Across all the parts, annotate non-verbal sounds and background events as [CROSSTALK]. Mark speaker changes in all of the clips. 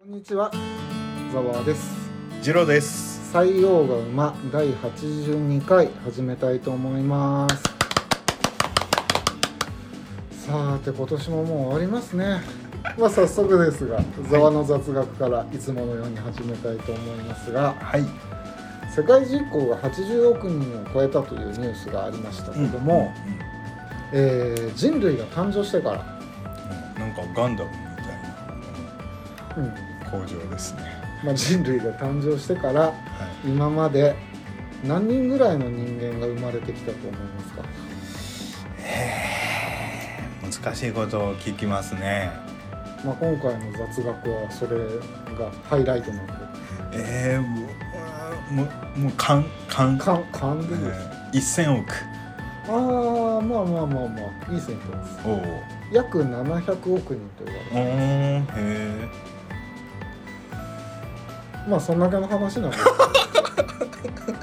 Speaker 1: こんにちは、ざわです。
Speaker 2: ジローです。
Speaker 1: 採用が馬第82回始めたいと思います。さて今年ももう終わりますね。まあ早速ですが、ざわの雑学からいつものように始めたいと思いますが、
Speaker 2: はい。
Speaker 1: 世界人口が80億人を超えたというニュースがありましたけども、えー人類が誕生してから、
Speaker 2: なんかガンダムみた
Speaker 1: うん
Speaker 2: いな工場ですね。
Speaker 1: まあ、人類が誕生してから
Speaker 2: はい。
Speaker 1: 今まで何人ぐらいの人間が生まれてきたと思いますか
Speaker 2: 難しいことを聞きますね。
Speaker 1: まあ、今回の雑学はそれがハイライトなんで
Speaker 2: えー、もうもうもうかんかん。
Speaker 1: 勘勘で
Speaker 2: え
Speaker 1: です、
Speaker 2: ー一千億。
Speaker 1: ああまあまあまあまあいい線いってます
Speaker 2: おお。
Speaker 1: 約700億人と言わ
Speaker 2: おお。へえ。
Speaker 1: れるまあそんだけの話なんですけど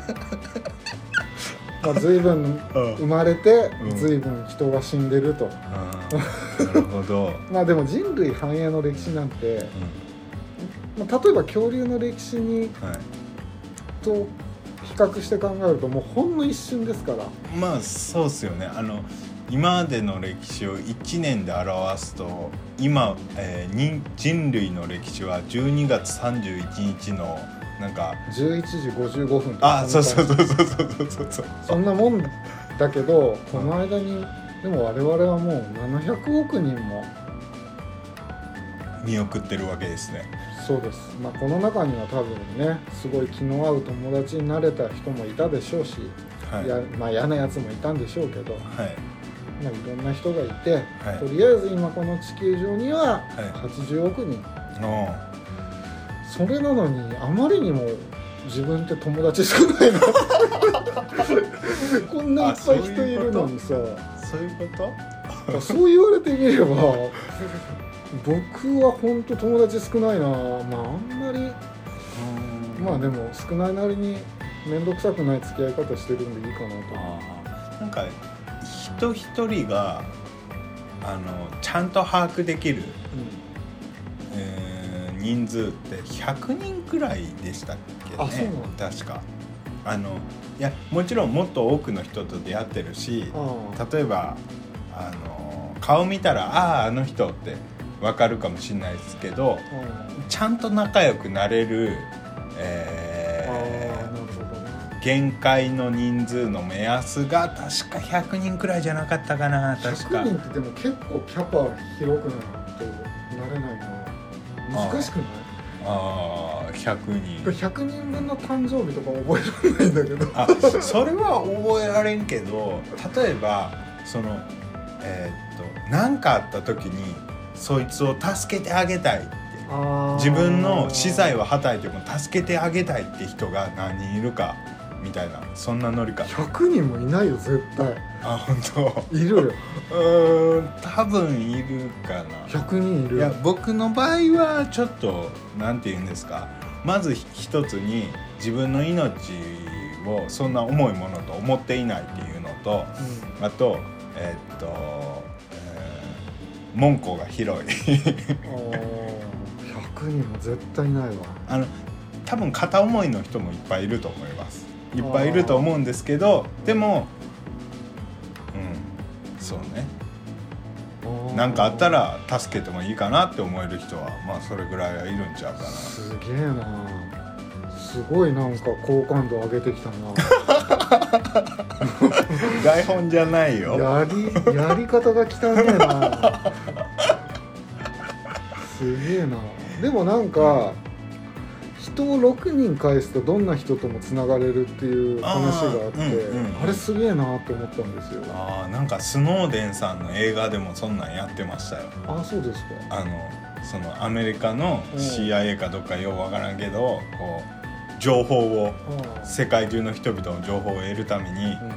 Speaker 1: [LAUGHS] まあ随分生まれて
Speaker 2: うん
Speaker 1: 随分人が死んでると、
Speaker 2: あーなるほど。
Speaker 1: まあでも人類繁栄の歴史なんて、
Speaker 2: う
Speaker 1: まあ、例えば恐竜の歴史に
Speaker 2: ん。は
Speaker 1: と比較して考えるともうほんの一瞬ですから
Speaker 2: い。まあそうっすよね。あの今までの歴史を一年で表すと。今、えー、人人類の歴史は12月31日のなんか
Speaker 1: 11時55分とか
Speaker 2: あそうそうそうそうそうそうそう
Speaker 1: そんなもんだけどこの間にでも我々はもう700億人も
Speaker 2: 見送ってるわけですね
Speaker 1: そうです、まあ、この中には多分ねすごい気の合う友達になれた人もいたでしょうし、
Speaker 2: はい
Speaker 1: やまあ、嫌なやつもいたんでしょうけど、ま
Speaker 2: はい
Speaker 1: あ、いろんな人がいて
Speaker 2: はい
Speaker 1: とりあえず今この地球上には
Speaker 2: は
Speaker 1: 80億人
Speaker 2: の
Speaker 1: それなのにあまりにも自分って友達少ない
Speaker 2: [LAUGHS]
Speaker 1: なこんないっぱい人いるのにさ
Speaker 2: そういうこと
Speaker 1: まあそう言われてみれば僕は本当友達少ないなまああんまりまあでも少ないなりに面倒くさくない付き合い方してるんでいいかな
Speaker 2: あーなんか人一人があのちゃんと把握できる、
Speaker 1: と、
Speaker 2: えー人数って100人くらいでしたっけね
Speaker 1: あそうなん
Speaker 2: 確かあのいやもちろんもっと多くの人と出会ってるし
Speaker 1: うん、あ
Speaker 2: 例えばあの顔見たら「あああの人」って分かるかもしれないですけど
Speaker 1: あ、うん
Speaker 2: ちゃんと仲良くなれる、
Speaker 1: あー
Speaker 2: え
Speaker 1: なるほどね
Speaker 2: ー限界の人数の目安が確か100人くらいじゃなかったかな確か
Speaker 1: 100人ってでも結構キャパ広くないとなれないな難しくない
Speaker 2: ああ100
Speaker 1: これ
Speaker 2: 人
Speaker 1: 100人分の誕生日とか覚えられないんだけど
Speaker 2: あそれは覚えられんけど例えばそのえーっと何かあった時にそいつを助けてあげたいって自分の資材
Speaker 1: は
Speaker 2: をはたいても助けてあげたいって人が何人いるかみたいなそんなノリか
Speaker 1: 100人もいないよ絶対
Speaker 2: あ本
Speaker 1: いるよ
Speaker 2: 当。 [LAUGHS] うーん多分いるかな
Speaker 1: 100人いる
Speaker 2: いや僕の場合はちょっとなんて言うんですかまず一つに自分の命をそんな重いものと思っていないっていうのと
Speaker 1: う
Speaker 2: あとえーっと、えー門戸が広い
Speaker 1: ん、おー100人も絶対いないわ
Speaker 2: [LAUGHS] あの多分片思いの人もいっぱいいると思いますいっぱいいると思うんですけどでもうんそうねなんかあったら助けてもいいかなって思える人はまあそれぐらいはいるんちゃうか [LAUGHS] な
Speaker 1: すげえなすごいなんか好感度上げてきた
Speaker 2: 台本じゃない
Speaker 1: な
Speaker 2: よ
Speaker 1: やりやり方が汚ねえなすげえなでもなんか人を6人返すとどんな人ともつながれるっていう話があってあ,、
Speaker 2: あーうんうん
Speaker 1: れすげえなと思ったんですよ
Speaker 2: あーなんかスノーデンさんの映画でもそんなんやってましたよ
Speaker 1: あそうですか
Speaker 2: あのそのアメリカの
Speaker 1: うん
Speaker 2: CIA かどっかようわからんけどこう情報を
Speaker 1: あー
Speaker 2: 世界中の人々の情報を得るために
Speaker 1: うん
Speaker 2: えー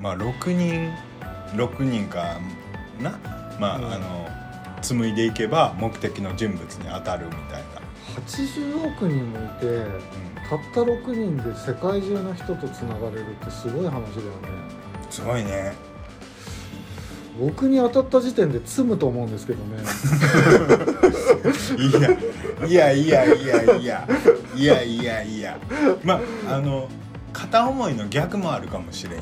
Speaker 2: まあ6人6人かなまあ、
Speaker 1: うん
Speaker 2: あの紡いでいけば目的の人物に当たるみたいな、
Speaker 1: 80億人もいて
Speaker 2: う
Speaker 1: たった6人で世界中の人とつながれるってすごい話だよね
Speaker 2: ん、すごいね [LAUGHS]
Speaker 1: 僕に当たった時点で詰むと思うんですけどね
Speaker 2: いやいやいやいやいやいやいやまああの片思いの逆もあるかもしれんや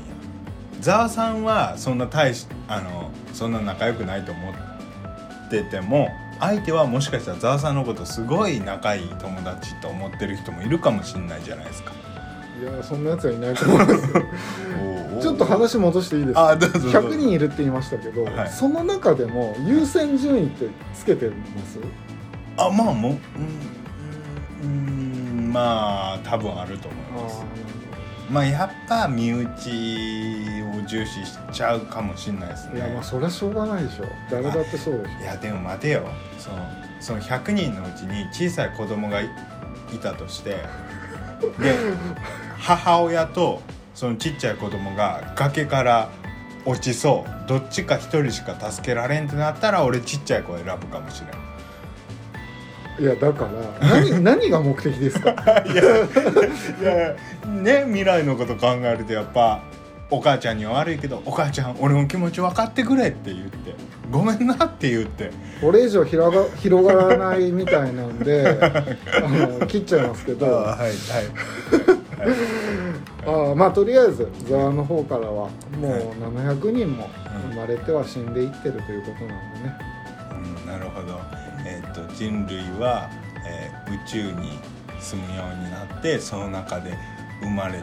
Speaker 2: ざわさんはそんな大しあのそんな仲良くないと思ってても相手はもしかしたらざわさんのことすごい仲いい友達と思ってる人もいるかもしれないじゃないですか
Speaker 1: いやそんなやつはいないと思いますよちょっと話戻していいですか
Speaker 2: あどうぞどうぞ
Speaker 1: 100人いるって言いましたけど、
Speaker 2: はい
Speaker 1: その中でも優先順位ってつけてます
Speaker 2: あまあもううんうんまあ多分あると思い
Speaker 1: あ
Speaker 2: ます
Speaker 1: ー
Speaker 2: まあやっぱ身内を重視しちゃうかもしれないです
Speaker 1: いや
Speaker 2: ね
Speaker 1: まあそりゃしょうがないでしょ誰だってそうでし
Speaker 2: いやでも待てよそのその100人のうちに小さい子供がいいたとしてで母親とそのちっちゃい子供が崖から落ちそうどっちか一人しか助けられんってなったら俺ちっちゃい子選ぶかもしれない
Speaker 1: ょいやだから
Speaker 2: [LAUGHS]
Speaker 1: 何何が目的ですか
Speaker 2: いやいやね未来のこと考えるとやっぱお母ちゃんには悪いけど「お母ちゃん俺の気持ち分かってくれ」って言って「ごめんな」って言って
Speaker 1: これ以上広が広がらないみたいなんであの切っちゃいますけどあ
Speaker 2: はい
Speaker 1: ーまあとりあえずザワの方からはもう
Speaker 2: はい
Speaker 1: 700人も
Speaker 2: うん
Speaker 1: 生まれては死んでいってるということなんでね
Speaker 2: うん、なるほど、えっと人類は、えー宇宙に住むようになってその中で生まれて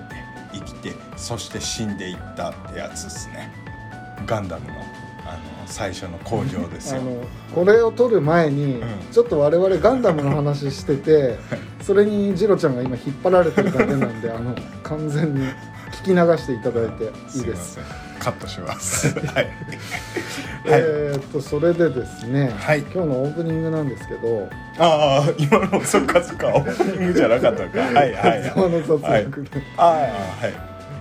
Speaker 2: 生きてそして死んでいったってやつですねガンダムのあの最初の工場です
Speaker 1: あ
Speaker 2: よ
Speaker 1: のこれを撮る前に、
Speaker 2: うん
Speaker 1: ちょっと我々ガンダムの話しててそれにジロちゃんが今引っ張られてるだけなん
Speaker 2: [LAUGHS]
Speaker 1: であの完全に聞き流していただいていいです。
Speaker 2: すいませんカットし
Speaker 1: [LAUGHS]
Speaker 2: ます。はい。はい
Speaker 1: えーっとそれでですね、
Speaker 2: はい
Speaker 1: 今日のオープニングなんですけど
Speaker 2: ああ、今のそっかそっか、オープニングじゃなかったのか。はい
Speaker 1: 「 [LAUGHS]
Speaker 2: はい。
Speaker 1: 沢の雑学」
Speaker 2: はいああ、はい。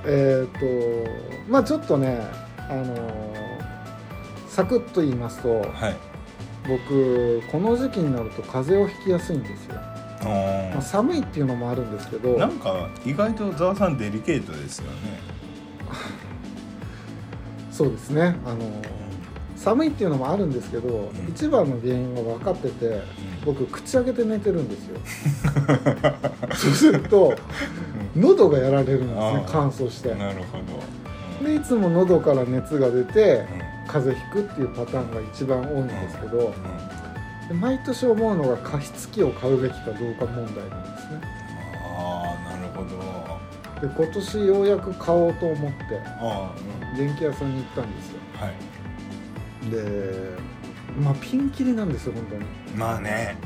Speaker 1: えーっとまあちょっとねあのーサクッと言いますと
Speaker 2: はい。
Speaker 1: 僕この時期になると風邪をひきやすいんですよ、まあ、
Speaker 2: お
Speaker 1: 寒いっていうのもあるんですけど
Speaker 2: お。なんか意外とざわさんデリケートですよね。
Speaker 1: そうですねあの寒いっていうのもあるんですけど、
Speaker 2: ん
Speaker 1: 一番の原因が分かってて僕口開けて寝てるん
Speaker 2: [LAUGHS]
Speaker 1: ですよそうすると喉がやられるんです
Speaker 2: あ
Speaker 1: ね
Speaker 2: ー
Speaker 1: 乾燥して
Speaker 2: なるほど。うん
Speaker 1: でいつも喉から熱が出て風邪ひくっていうパターンが一番多いんですけど
Speaker 2: うんあ
Speaker 1: で毎年思うのが加湿器を買うべきかどうか問題なんですね
Speaker 2: あ、なるほど。
Speaker 1: で今年ようやく買おうと思って
Speaker 2: ああ、
Speaker 1: 電気屋さんに行ったんですよ
Speaker 2: うんはい。
Speaker 1: でまあピンキリなんですよ本当に
Speaker 2: まあね。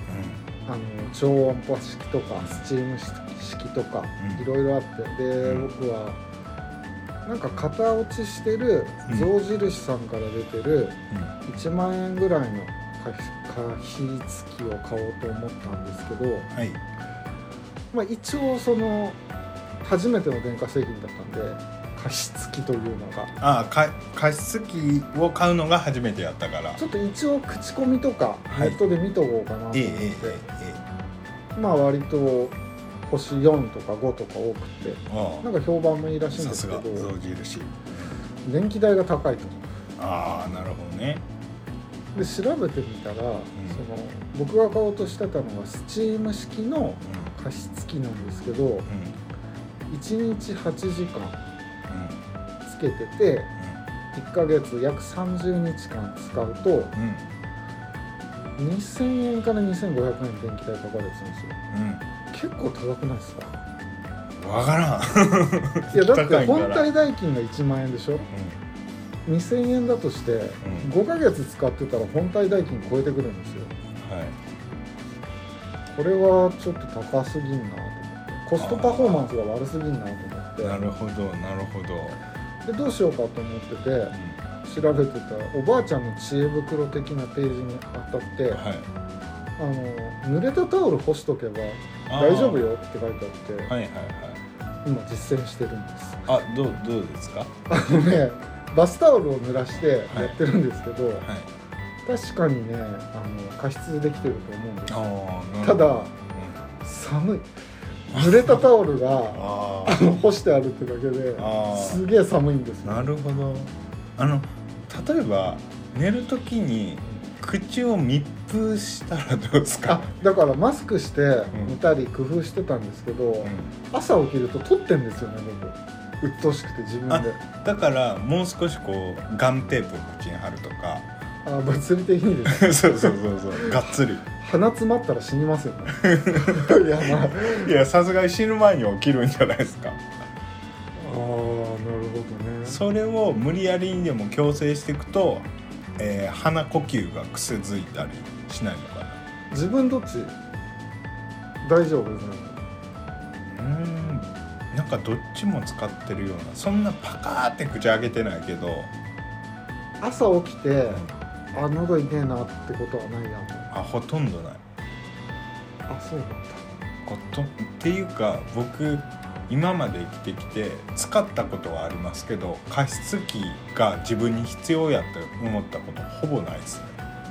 Speaker 1: あの超音波式とかスチーム式とか
Speaker 2: うん
Speaker 1: いろいろあってで、
Speaker 2: うん
Speaker 1: 僕はなんか型落ちしてる
Speaker 2: うん
Speaker 1: 象印さんから出てる
Speaker 2: うん。うん
Speaker 1: 1万円ぐらいの可比可比付きを買おうと思ったんですけど、
Speaker 2: はい。
Speaker 1: まあ、一応その初めての電化製品だったんで可視付きというのが
Speaker 2: ああ、か加湿器を買うのが初めてやったから。
Speaker 1: ちょっと一応口コミとか
Speaker 2: は
Speaker 1: ネ
Speaker 2: い
Speaker 1: ットで見とこうかなと思っ
Speaker 2: え
Speaker 1: て、
Speaker 2: えええええ。
Speaker 1: まあ割と星4とか5とか多くて。
Speaker 2: あ
Speaker 1: なんか評判もいいらしいん
Speaker 2: さ
Speaker 1: です
Speaker 2: す
Speaker 1: け
Speaker 2: が
Speaker 1: ど
Speaker 2: 象印
Speaker 1: 電気代が高いと
Speaker 2: ああなるほどね
Speaker 1: で調べてみたら、その僕が買おうとしてたのはスチーム式の
Speaker 2: う
Speaker 1: 加湿器なんですけど
Speaker 2: んうん
Speaker 1: 1日8時間つけてて1ヶ月約30日間使うと
Speaker 2: うんうん
Speaker 1: 2000円から2500円電気代かかるやつなんですよ結構高くないです
Speaker 2: [LAUGHS]
Speaker 1: か
Speaker 2: うんわからん、
Speaker 1: いやだっ
Speaker 2: 高
Speaker 1: て
Speaker 2: いんだ
Speaker 1: 本
Speaker 2: な
Speaker 1: 体代金が1万円でしょ2000円だとして
Speaker 2: ん
Speaker 1: 5ヶ月使ってたら本体代金超えてくるんですよ
Speaker 2: はい
Speaker 1: これはちょっと高すぎんなと思ってコストパフォーマンスが悪すぎんなと思
Speaker 2: な
Speaker 1: って
Speaker 2: るほどなるほど、
Speaker 1: でどうしようかと思ってて調べてたおばあちゃんの知恵袋的なページに当たって
Speaker 2: はい
Speaker 1: あの濡れたタオル干しとけば
Speaker 2: あー
Speaker 1: 大丈夫よって書いてあって
Speaker 2: はいはいはい
Speaker 1: 今実践してるんです
Speaker 2: あどうどうですかは
Speaker 1: あのねバスタオルを濡らしてやってるんですけど、
Speaker 2: い
Speaker 1: 確かにねあの加湿できてると思うんです
Speaker 2: ああ
Speaker 1: ただ寒い濡れたタオルが
Speaker 2: あ
Speaker 1: あの干してあるってだけで
Speaker 2: あー
Speaker 1: すげえ寒いんですよ
Speaker 2: なるほどあの例えば寝るときに口を密封したらどうです
Speaker 1: あ
Speaker 2: か、
Speaker 1: だからマスクして
Speaker 2: ん
Speaker 1: 見たり工夫してたんですけど、
Speaker 2: うん
Speaker 1: 朝起きると撮ってんですよね僕鬱陶しくて自分で
Speaker 2: だからもう少しこうガムテープを口に貼るとか
Speaker 1: あ物理的にです [LAUGHS]
Speaker 2: そうそうそうそうがっつり
Speaker 1: 鼻詰まったら死にますよね [LAUGHS] いや [LAUGHS] まああ
Speaker 2: いやさすがに死ぬ前に起きるんじゃないですか
Speaker 1: ーなるほどね
Speaker 2: それを無理やりにでも矯正していくと、えー鼻呼吸が癖づいたりしないのかな
Speaker 1: 自分どっち大丈夫ですね
Speaker 2: うんなんかどっちも使ってるようなそんなパカーって口開けてないけど
Speaker 1: 朝起きてあ喉痛えなってことはないやん
Speaker 2: あほとんどない
Speaker 1: あそうなんだ
Speaker 2: ほとんっていうか僕今まで生きてきて使ったことはありますけど加湿器が自分に必要やって思ったことほぼないですね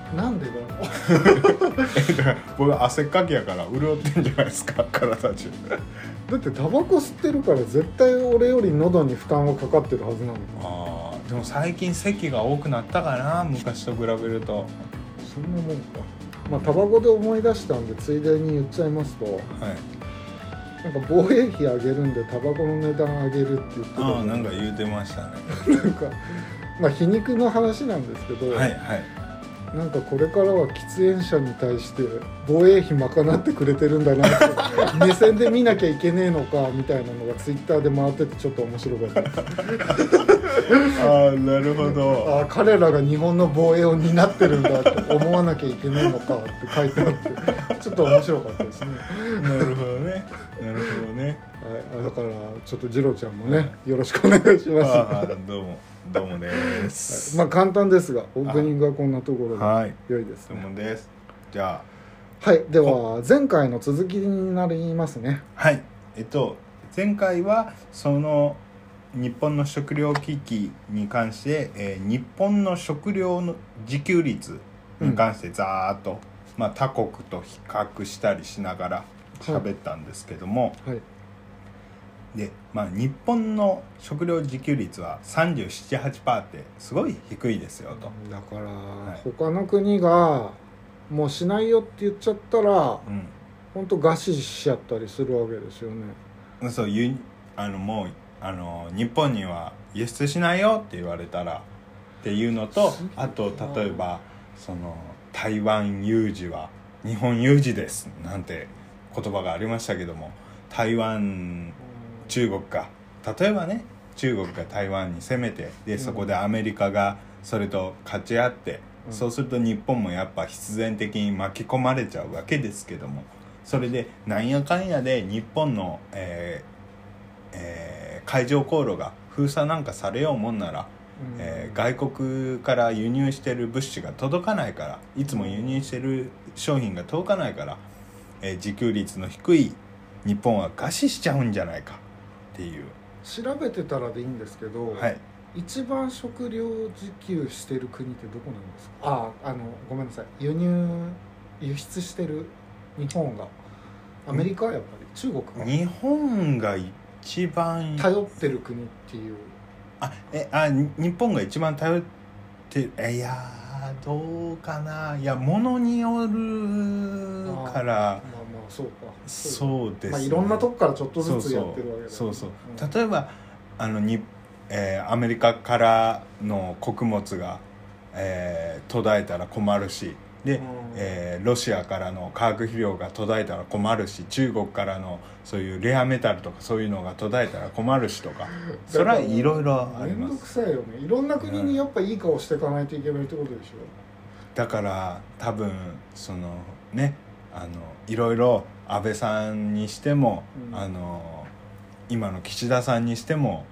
Speaker 2: [LAUGHS]
Speaker 1: なんでだろう
Speaker 2: えだから僕汗っかきやから潤ってんじゃないですか体中
Speaker 1: だってタバコ吸ってるから絶対俺より喉に負担はかかってるはずなのか
Speaker 2: あーでも最近咳が多くなったかな昔と比べると
Speaker 1: そんなもんかまあタバコで思い出したんでついでに言っちゃいますと
Speaker 2: はい
Speaker 1: なんか防衛費上げるんでタバコの値段上げるって言ってた
Speaker 2: ああ
Speaker 1: の
Speaker 2: なんか言うてましたね
Speaker 1: なんかまあ皮肉の話なんですけど、
Speaker 2: はいはい
Speaker 1: なんかこれからは喫煙者に対して防衛費賄ってくれてるんだなって
Speaker 2: [LAUGHS]
Speaker 1: 目線で見なきゃいけねえのかみたいなのがツイッターで回っててちょっと面白かったです
Speaker 2: ああなるほど [LAUGHS]
Speaker 1: ああ彼らが日本の防衛を担ってるんだって思わなきゃいけないのかって書いてあってちょっと面白かったですね、
Speaker 2: なるほどねなるほどね
Speaker 1: はい、あだからちょっと次郎ちゃんもねよろしくお願いします、
Speaker 2: ああどうもどうもで
Speaker 1: はい
Speaker 2: す
Speaker 1: まあ簡単ですがオープニングはこんなところで
Speaker 2: はい
Speaker 1: 良いです
Speaker 2: どう
Speaker 1: ね
Speaker 2: もですじゃ
Speaker 1: はいでは前回の続きになりますね
Speaker 2: あはいえっと前回はその日本の食料危機に関して、えー日本の食料の自給率に関してざーっと、まあ、他国と比較したりしながら喋ったんですけども、
Speaker 1: はい
Speaker 2: で、まあ、日本の食料自給率は378%ってすごい低いですよと。
Speaker 1: だから、
Speaker 2: い
Speaker 1: 他の国がもうしないよって言っちゃったら
Speaker 2: うん
Speaker 1: 本当餓死しちゃったりするわけですよね
Speaker 2: そう輸あのもうあの日本には輸出しないよって言われたらっていうのと
Speaker 1: すげえな
Speaker 2: あと例えばその台湾有事は日本有事ですなんて言葉がありましたけども台湾中国が例えばね中国が台湾に攻めてでそこでアメリカがそれと勝ち合って、
Speaker 1: うん
Speaker 2: そうすると日本もやっぱ必然的に巻き込まれちゃうわけですけどもそれでなんやかんやで日本の、えーえー海上航路が封鎖なんかされようもんなら、
Speaker 1: うん
Speaker 2: えー外国から輸入してる物資が届かないからいつも輸入してる商品が届かないから、えー自給率の低い日本は餓死しちゃうんじゃないかっていう、
Speaker 1: 調べてたらでいいんですけど、
Speaker 2: はい、
Speaker 1: 一番食料自給してる国ってどこなんですかあああのごめんなさい輸入輸出してる日本がアメリカはやっぱり中国が
Speaker 2: 日本が一番
Speaker 1: 頼ってる国っていう
Speaker 2: あえあに日本が一番頼ってえいやーどうかないや物によるか
Speaker 1: まあ
Speaker 2: ら
Speaker 1: まあそうかう
Speaker 2: そうです、ね
Speaker 1: まあ、いろんなとこからちょっとず
Speaker 2: そう
Speaker 1: つ
Speaker 2: そ
Speaker 1: や
Speaker 2: う
Speaker 1: ってるわけだ
Speaker 2: そうそう、
Speaker 1: ん
Speaker 2: 例えばあのに、えーアメリカからの穀物が、えー途絶えたら困るしで、
Speaker 1: うん
Speaker 2: えーロシアからの化学肥料が途絶えたら困るし中国からのそういうレアメタルとかそういうのが途絶えたら困るしとか
Speaker 1: [LAUGHS]
Speaker 2: それはいろいろあり
Speaker 1: 面
Speaker 2: ま
Speaker 1: 倒
Speaker 2: す
Speaker 1: くさいよねいろんな国にやっぱいい顔していかないといけないってことでしょ
Speaker 2: だから多分そのねあのいろいろ安倍さんにしても、
Speaker 1: うん
Speaker 2: あの今の岸田さんにしても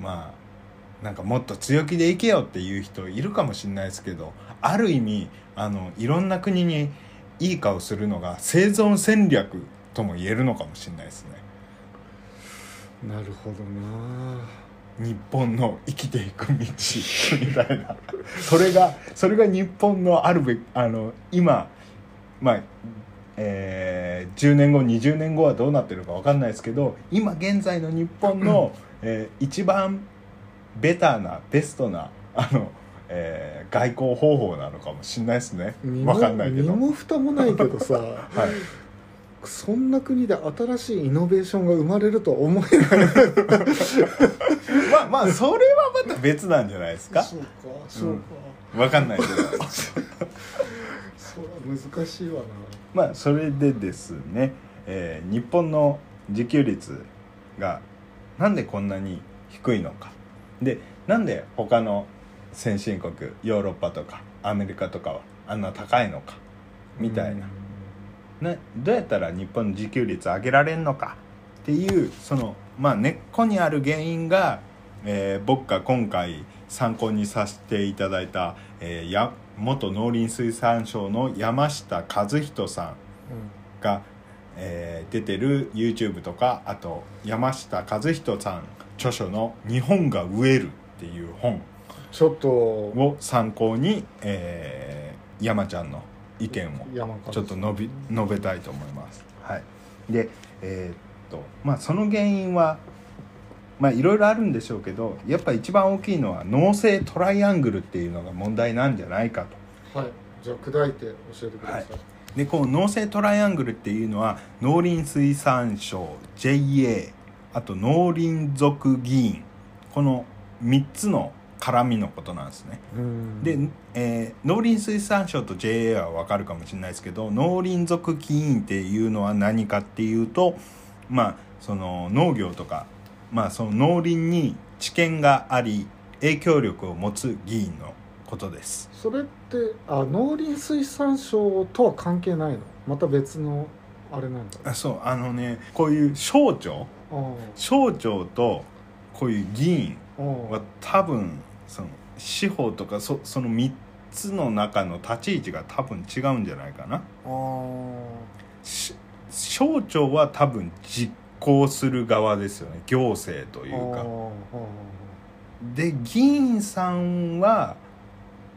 Speaker 2: まあなんかもっと強気でいけよっていう人いるかもしれないですけどある意味あのいろんな国にいい顔するのが生存戦略とも言えるのかもしれないですね
Speaker 1: なるほどな
Speaker 2: 日本の生きていく道みたいな [LAUGHS] それがそれが日本のあるべきあの今まあえー10年後20年後はどうなってるか分かんないですけど今現在
Speaker 1: [CLEARS THROAT]
Speaker 2: の日本の、えー一番ベターなベストなあの、ええー外交方法なのかもしれないですね
Speaker 1: 身も
Speaker 2: わかんないけど
Speaker 1: 身も蓋もないけどさ
Speaker 2: はい
Speaker 1: そんな国で新しいイノベーションが生まれるとは思えない
Speaker 2: まあまあそれはまた別なんじゃないで
Speaker 1: [LAUGHS]
Speaker 2: すか
Speaker 1: そうかそうか、
Speaker 2: わかんないけど
Speaker 1: それは難しいわな
Speaker 2: まあそれでですね、えー日本の自給率がなんでこんなに低いのかでなんで他の先進国ヨーロッパとかアメリカとかはあんな高いのかみたいな、などうやったら日本の自給率上げられんのかっていうその、まあ、根っこにある原因が、えー僕が今回参考にさせていただいた、えーや元農林水産省の山下和人さんが、えー出てる YouTube とかあと山下和人さん著書の「日本が植える」っていう本
Speaker 1: ちょっと
Speaker 2: を参考に、えー山ちゃんの意見を
Speaker 1: 山か
Speaker 2: ちょっと述べ述べたいと思います。はい、で、えーっとまあ、その原因は、まあ、いろいろあるんでしょうけどやっぱ一番大きいのは農政トライアングルっていうのが問題なんじゃないかと。
Speaker 1: はいじゃあ砕いて教えてください、
Speaker 2: でこの農政トライアングルっていうのは農林水産省 JA あと農林族議員この3つの絡みのことなんですね。
Speaker 1: うん
Speaker 2: で、えー農林水産省と JA は分かるかもしれないですけど農林族起因っていうのは何かっていうとまあその農業とか、まあ、その農林に知見があり影響力を持つ議員のことです。
Speaker 1: それってあ農林水産省とは関係ないのまた別のあれなんだ
Speaker 2: あそうあのねこういう省庁
Speaker 1: あー
Speaker 2: 省庁とこういう議員
Speaker 1: あー
Speaker 2: は多分その司法とかそその3つの中の立ち位置が多分違うんじゃないかな。
Speaker 1: あー
Speaker 2: し省庁は多分実行する側ですよね行政という
Speaker 1: あーあ
Speaker 2: か
Speaker 1: ー
Speaker 2: で議員さんは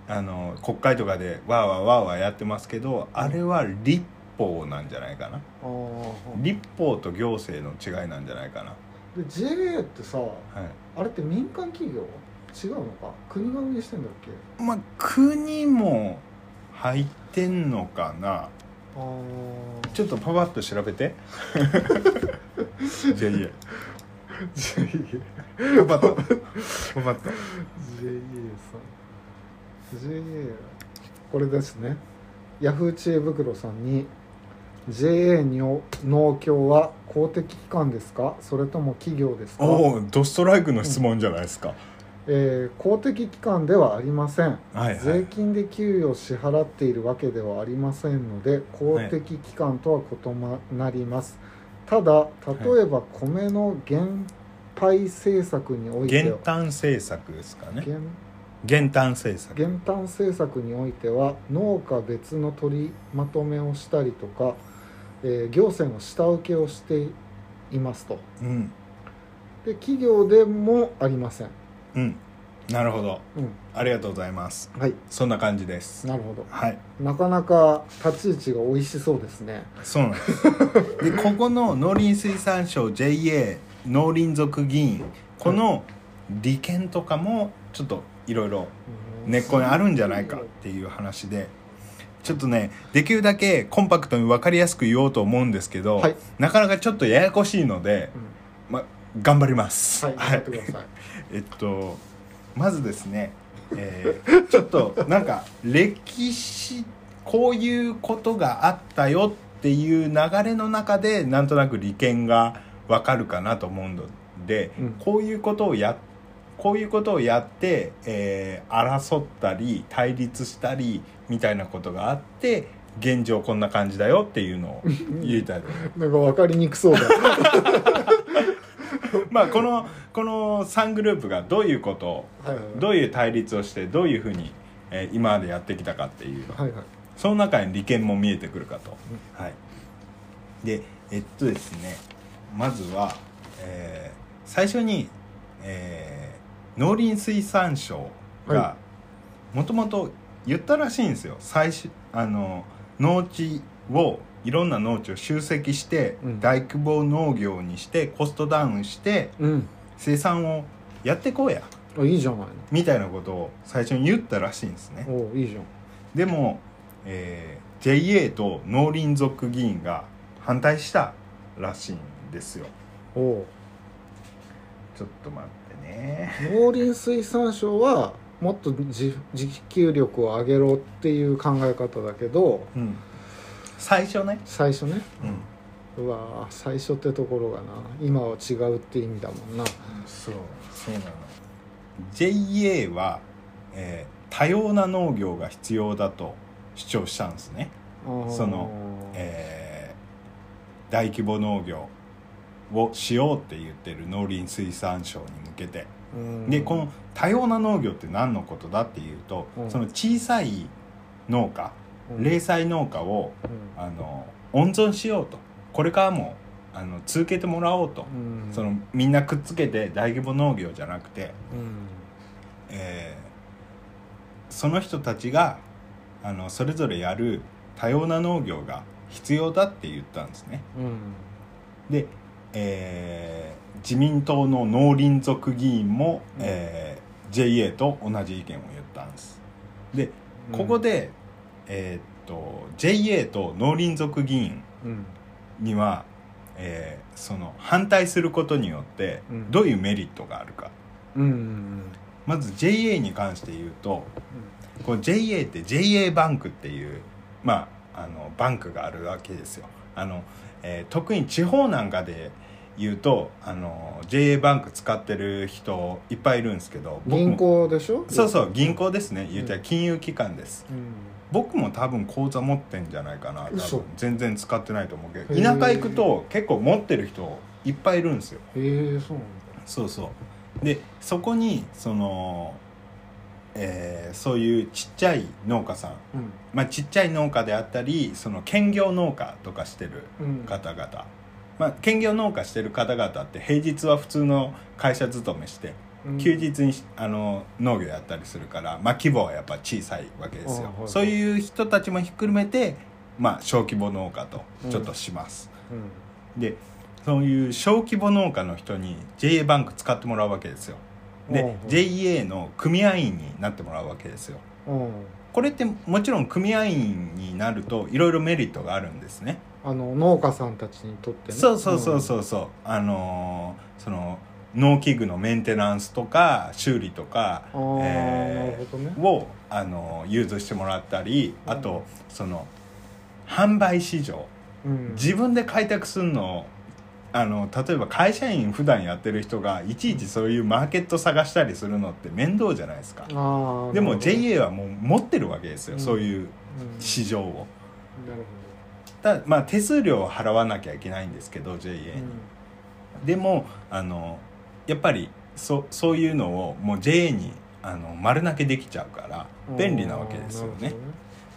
Speaker 2: あの国会とかでわーわーわーわーやってますけどあれは立法なんじゃないかな
Speaker 1: あーあー
Speaker 2: 立法と行政の違いなんじゃないかな、
Speaker 1: で JA ってさ
Speaker 2: は
Speaker 1: あれって民間企業違うのか国が運営してんだっけ
Speaker 2: い、まあ国も入ってんのかな
Speaker 1: ああ
Speaker 2: ちょっとパパッと調べて [LAUGHS] じゃあいいや
Speaker 1: JA
Speaker 2: パパッとパパッと
Speaker 1: JA さん JA これですねヤフー知恵袋さんに JA にお農協は公的機関ですかそれとも企業ですか、
Speaker 2: おおドストライクの質問じゃないですか、
Speaker 1: えー公的機関ではありません
Speaker 2: はいは
Speaker 1: 税
Speaker 2: い、
Speaker 1: 金で給与を支払っているわけではありませんので公的機関とは異なります、ただ例えば米の減配政策において
Speaker 2: 減
Speaker 1: は
Speaker 2: 反政策ですかね
Speaker 1: 減
Speaker 2: 減反政策
Speaker 1: 減反政策においては農家別の取りまとめをしたりとか、えー行政の下請けをしていますと
Speaker 2: うん
Speaker 1: で企業でもありません、
Speaker 2: うんなるほど
Speaker 1: う
Speaker 2: ありがとうございます
Speaker 1: ん、はい
Speaker 2: そんな感じです
Speaker 1: なるほど
Speaker 2: はい
Speaker 1: なかなか立ち位置が美味しそうですね
Speaker 2: そうなんですでここの農林水産省 JA 農林族議員この利権とかもちょっといろいろ根っこにあるんじゃないかっていう話でちょっとねできるだけコンパクトに分かりやすく言おうと思うんですけど、
Speaker 1: はい
Speaker 2: なかなかちょっとややこしいので、ま、頑張ります。
Speaker 1: はいやってください、
Speaker 2: えっとまずですね、えーちょっとなんか歴史こういうことがあったよっていう流れの中でなんとなく利権がわかるかなと思うので、
Speaker 1: うん
Speaker 2: こういうことをやこういうことをやって、えー争ったり対立したりみたいなことがあって現状こんな感じだよっていうのを言いたいと思います。
Speaker 1: なんか分かりにくそう
Speaker 2: [LAUGHS]
Speaker 1: だ
Speaker 2: まあこのこの3グループがどういうことを
Speaker 1: はいはい
Speaker 2: どういう対立をしてどういうふうに、えー今までやってきたかっていう
Speaker 1: はいはい
Speaker 2: その中に利権も見えてくるかと、はい、でえっとですねまずは、えー最初に、えー農林水産省が
Speaker 1: は
Speaker 2: もともと言ったらしいんですよ最初あの農地をいろんな農地を集積して、
Speaker 1: うん
Speaker 2: 大規模農業にしてコストダウンして
Speaker 1: うん
Speaker 2: 生産をやってこうや
Speaker 1: あいいじゃない
Speaker 2: みたいなことを最初に言ったらしいんですね
Speaker 1: のおういいじゃん
Speaker 2: でも、えー JA と農林族議員が反対したらしいんですよ
Speaker 1: おう
Speaker 2: ちょっと待ってね
Speaker 1: 農林水産省はもっと自自給力を上げろっていう考え方だけど
Speaker 2: うん最初ね
Speaker 1: 最初ね
Speaker 2: うん
Speaker 1: うわー最初ってところがな今は違うって意味だもんな
Speaker 2: そうそうなの JA は、えー多様な農業が必要だと主張したんですね、そのえー大規模農業をしようって言ってる農林水産省に向けてでこの多様な農業って何のことだっていうと、
Speaker 1: うん
Speaker 2: その小さい農家零細農家をあの温存しようとこれからもあの続けてもらおうと、そのみんなくっつけて大規模農業じゃなくて、えーその人たちがあのそれぞれやる多様な農業が必要だって言ったんですね。で、えー自民党の農林族議員も、
Speaker 1: うん
Speaker 2: えー JA と同じ意見を言ったんです。でここで、えーっと JA と農林族議員には、えーその反対することによって
Speaker 1: うん
Speaker 2: どういうメリットがあるか、まず JA に関して言うとこの JA って JA バンクっていう、まあ、あのバンクがあるわけですよあの、えー特に地方なんかで言うとあの JA バンク使ってる人いっぱいいるんですけど僕も
Speaker 1: 銀行でしょ
Speaker 2: そうそうう銀行ですね言ったら金融機関です、僕も多分口座持ってんじゃないかな多
Speaker 1: 嘘
Speaker 2: 分全然使ってないと思うけど
Speaker 1: へ
Speaker 2: 田
Speaker 1: ー
Speaker 2: 舎行くと結構持ってる人いっぱいいるんですよ
Speaker 1: へえそうなん
Speaker 2: そうそうでそこにその、えーそういうちっちゃい農家さん、まあ、ちっちゃい農家であったりその兼業農家とかしてる
Speaker 1: だうん
Speaker 2: 方々、まあ、兼業農家してる方々って平日は普通の会社勤めして
Speaker 1: うん
Speaker 2: 休日にしあの農業やったりするから、まあ、規模はやっぱ小さいわけですよ
Speaker 1: あ、はい
Speaker 2: そういう人たちもひっくるめて、まあ、小規模農家と
Speaker 1: うん
Speaker 2: ちょっとします、
Speaker 1: うん
Speaker 2: でそういう小規模農家の人に JA バンク使ってもらうわけですよで、
Speaker 1: うんうん
Speaker 2: JA の組合員になってもらうわけですよ
Speaker 1: うん
Speaker 2: これってもちろん組合員になるといろいろメリットがあるんですね
Speaker 1: あの農家さんたちにとってね
Speaker 2: そうそうそうそうそうあのーその農機具のメンテナンスとか修理とか
Speaker 1: うんああな
Speaker 2: えー
Speaker 1: るほどね
Speaker 2: をあの融通してもらったりあとその販売市場
Speaker 1: うん
Speaker 2: 自分で開拓するのあの例えば会社員普段やってる人がいちいちそういうマーケット探したりするのって面倒じゃないですか
Speaker 1: ああ
Speaker 2: で
Speaker 1: な
Speaker 2: も
Speaker 1: るほど
Speaker 2: JA はもう持ってるわけですよ、
Speaker 1: うん
Speaker 2: そういう
Speaker 1: うん
Speaker 2: 市場を
Speaker 1: なる
Speaker 2: ただまあ手数料を払わなきゃいけないんですけど JA に、
Speaker 1: ほどうん
Speaker 2: でもあのやっぱりそそういうのをもう JA にあの丸投げできちゃうから便利なわけですよね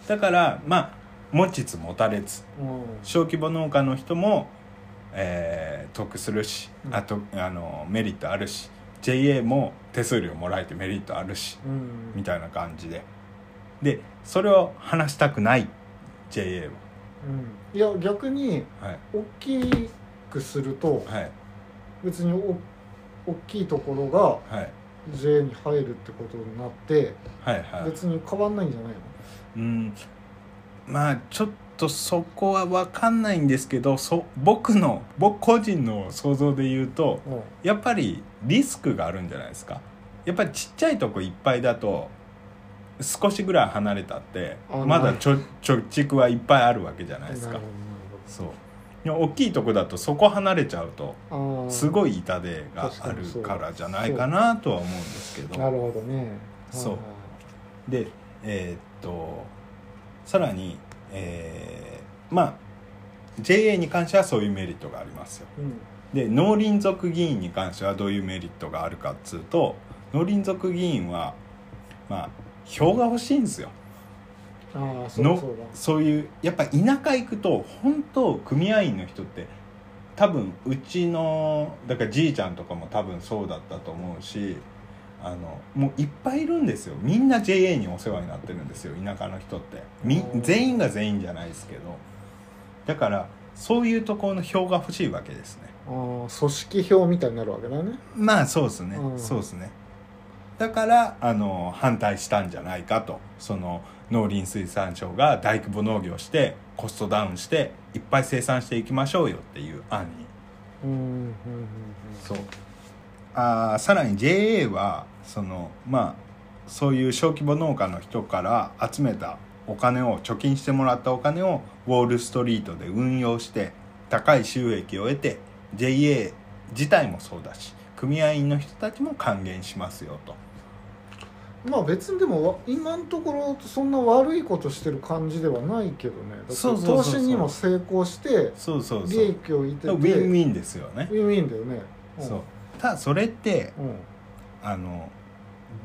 Speaker 2: だからまあ持ちつ持たれつ
Speaker 1: あー。なるほどね
Speaker 2: 小規模農家の人も、えー得するし
Speaker 1: うん
Speaker 2: あとあのメリットあるし JA も手数料もらえてメリットあるし
Speaker 1: うんうん
Speaker 2: みたいな感じででそれを話したくない JA
Speaker 1: うんいや逆に
Speaker 2: ははい
Speaker 1: 大きくすると
Speaker 2: はい
Speaker 1: 別にお大きいところが
Speaker 2: はい
Speaker 1: JA に入るってことになって
Speaker 2: はいはい
Speaker 1: 別に変わんないんじゃないの
Speaker 2: うんまあちょっとそこは分かんないんですけどそ僕の僕個人の想像で言うと、
Speaker 1: うん
Speaker 2: やっぱりリスクがあるんじゃないですかやっぱりちっちゃいとこいっぱいだと少しぐらい離れたって
Speaker 1: あ
Speaker 2: ま
Speaker 1: な
Speaker 2: だ
Speaker 1: い
Speaker 2: ちょ貯蓄はいっぱいあるわけじゃないです
Speaker 1: な
Speaker 2: か
Speaker 1: る
Speaker 2: そうでも大きいとこだとそこ離れちゃうと
Speaker 1: ほどなるほどあー
Speaker 2: すごい痛手があるからじゃないかなとは思うんですけ
Speaker 1: な
Speaker 2: ど
Speaker 1: るほどね
Speaker 2: そう
Speaker 1: はい
Speaker 2: でえーっとさらにえーまあ JA に関してはそういうメリットがありますよ
Speaker 1: うん
Speaker 2: で農林族議員に関してはどういうメリットがあるかっつうと農林族議員はまあ票が欲しいんですよ
Speaker 1: ああそうだ
Speaker 2: の
Speaker 1: そうだ
Speaker 2: そういうやっぱ田舎行くと本当組合員の人って多分うちのだからじいちゃんとかも多分そうだったと思うしあのもういっぱいいるんですよみんな JA にお世話になってるんですよ田舎の人ってみ
Speaker 1: うん
Speaker 2: 全員が全員じゃないですけどだからそういうところの票が欲しいわけですね
Speaker 1: ああ組織票みたいになるわけだね
Speaker 2: まあそうですね、
Speaker 1: うん
Speaker 2: そうですねだからあの反対したんじゃないかとその農林水産省が大規模農業してコストダウンしていっぱい生産していきましょうよっていう案に
Speaker 1: うんうんうん
Speaker 2: そうあーさらに JA はそのまあそういう小規模農家の人から集めたお金を貯金してもらったお金をウォールストリートで運用して高い収益を得て JA 自体もそうだし組合員の人たちも還元しますよと
Speaker 1: うんまあ別にでもわ今のところそんな悪いことしてる感じではないけどねだって
Speaker 2: そうそうそう
Speaker 1: 投
Speaker 2: そう
Speaker 1: 資にも成功して
Speaker 2: そうそう
Speaker 1: 利
Speaker 2: そうウ
Speaker 1: 益をいてて
Speaker 2: ィンウィンですよね
Speaker 1: ウィンウィンだよねん
Speaker 2: そうただそれって
Speaker 1: うん
Speaker 2: あの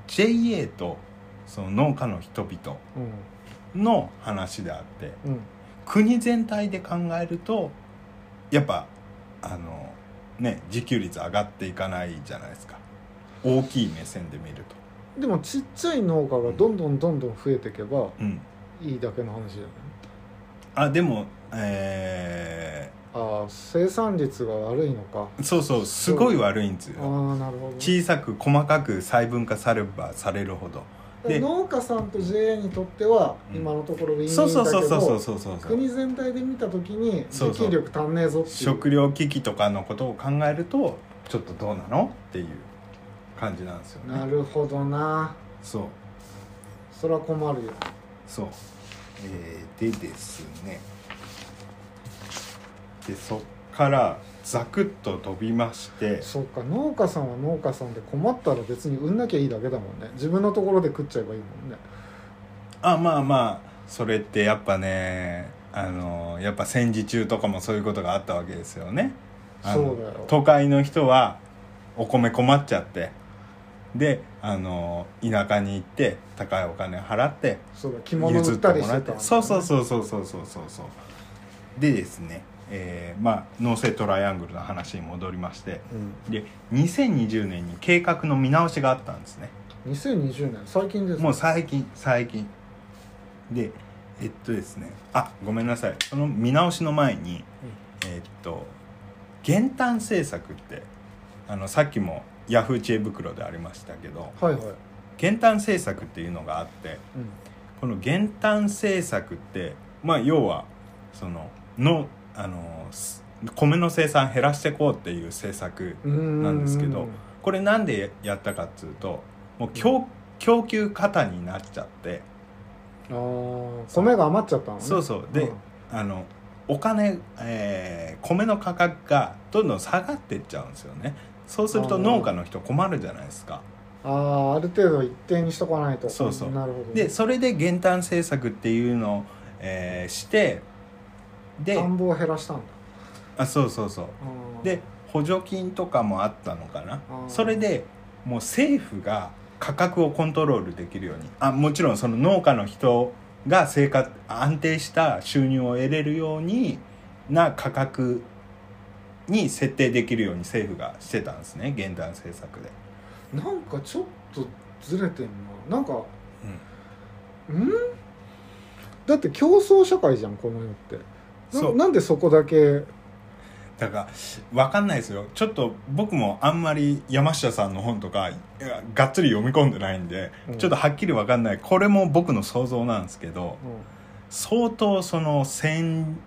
Speaker 2: JA とその農家の人々
Speaker 1: うん
Speaker 2: の話であって
Speaker 1: うん
Speaker 2: 国全体で考えるとやっぱあのね自給率上がっていかないじゃないですか大きい目線で見ると、
Speaker 1: でもちっちゃい農家がどんどんどんどん増えていけば
Speaker 2: うん、
Speaker 1: いいだけの話じゃない
Speaker 2: あでもえ
Speaker 1: ああ生産率が悪いのか
Speaker 2: ーそうそうすごい悪いんです
Speaker 1: あ
Speaker 2: よ
Speaker 1: あなるほど
Speaker 2: 小さく細かく細分化されればされるほどで
Speaker 1: 農家さんと JA にとっては
Speaker 2: うん
Speaker 1: 今のところウィンウィン
Speaker 2: そうそう
Speaker 1: だ
Speaker 2: そう
Speaker 1: け
Speaker 2: そうそう
Speaker 1: ど
Speaker 2: そうそうそう
Speaker 1: 国全体で見た時に
Speaker 2: そう
Speaker 1: 自
Speaker 2: そう
Speaker 1: 給力足んねえぞっていう
Speaker 2: 食料危機とかのことを考えるとちょっとどうなのっていう感じなんですよね
Speaker 1: なるほどな
Speaker 2: そう
Speaker 1: それは困るよ
Speaker 2: そう、えーでですねでそっからザクッと飛びまして
Speaker 1: そっか農家さんは農家さんで困ったら別に産んなきゃいいだけだもんね自分のところで食っちゃえばいいもんね
Speaker 2: あまあまあそれってやっぱねあのやっぱ戦時中とかもそういうことがあったわけですよねあの
Speaker 1: そうだよ
Speaker 2: 都会の人はお米困っちゃってであの田舎に行って高いお金払って
Speaker 1: そうだ着物売ったりしてた
Speaker 2: 譲
Speaker 1: んだね
Speaker 2: そうそうそうそうそうそうそうそうでですね、えーまあ農政トライアングルの話に戻りまして
Speaker 1: う
Speaker 2: で2020年に計画の見直しがあったんですね
Speaker 1: ん、2020年最近ですね
Speaker 2: もう最近最近でえっとですねあごめんなさいその見直しの前に、えっと減反政策ってあのさっきもヤフー知恵袋でありましたけど
Speaker 1: はいはい、うん、
Speaker 2: 減反政策っていうのがあってこの減反政策ってまあ要はそののあのす米の生産減らしていこうっていう政策
Speaker 1: うーん
Speaker 2: なんですけどこれなんでやったかっつうともう供供給過多になっちゃって
Speaker 1: あー米が余っちゃったのね
Speaker 2: そうそうで
Speaker 1: ん
Speaker 2: あのお金、えー米の価格がどんどん下がっていっちゃうんですよねそうすると
Speaker 1: あー
Speaker 2: 農家の人困るじゃないですか
Speaker 1: ああある程度一定にしとかないと
Speaker 2: そうそう
Speaker 1: なるほど
Speaker 2: でそれで減反政策っていうのを、えーしてで
Speaker 1: 田んぼを減らしたんだ
Speaker 2: あそうそうそう
Speaker 1: あー
Speaker 2: で補助金とかもあったのかな
Speaker 1: あー
Speaker 2: それでもう政府が価格をコントロールできるようにあもちろんその農家の人が生活安定した収入を得れるようにな価格に設定できるように政府がしてたんですね現段政策で、
Speaker 1: なんかちょっとずれてんななんかんだって競争社会じゃんこの世って
Speaker 2: そ
Speaker 1: な
Speaker 2: う
Speaker 1: なんでそこだけ
Speaker 2: だから分かんないですよちょっと僕もあんまり山下さんの本とかいやがっつり読み込んでないんで、
Speaker 1: うん
Speaker 2: ちょっとはっきり分かんないこれも僕の想像なんですけど、相当その戦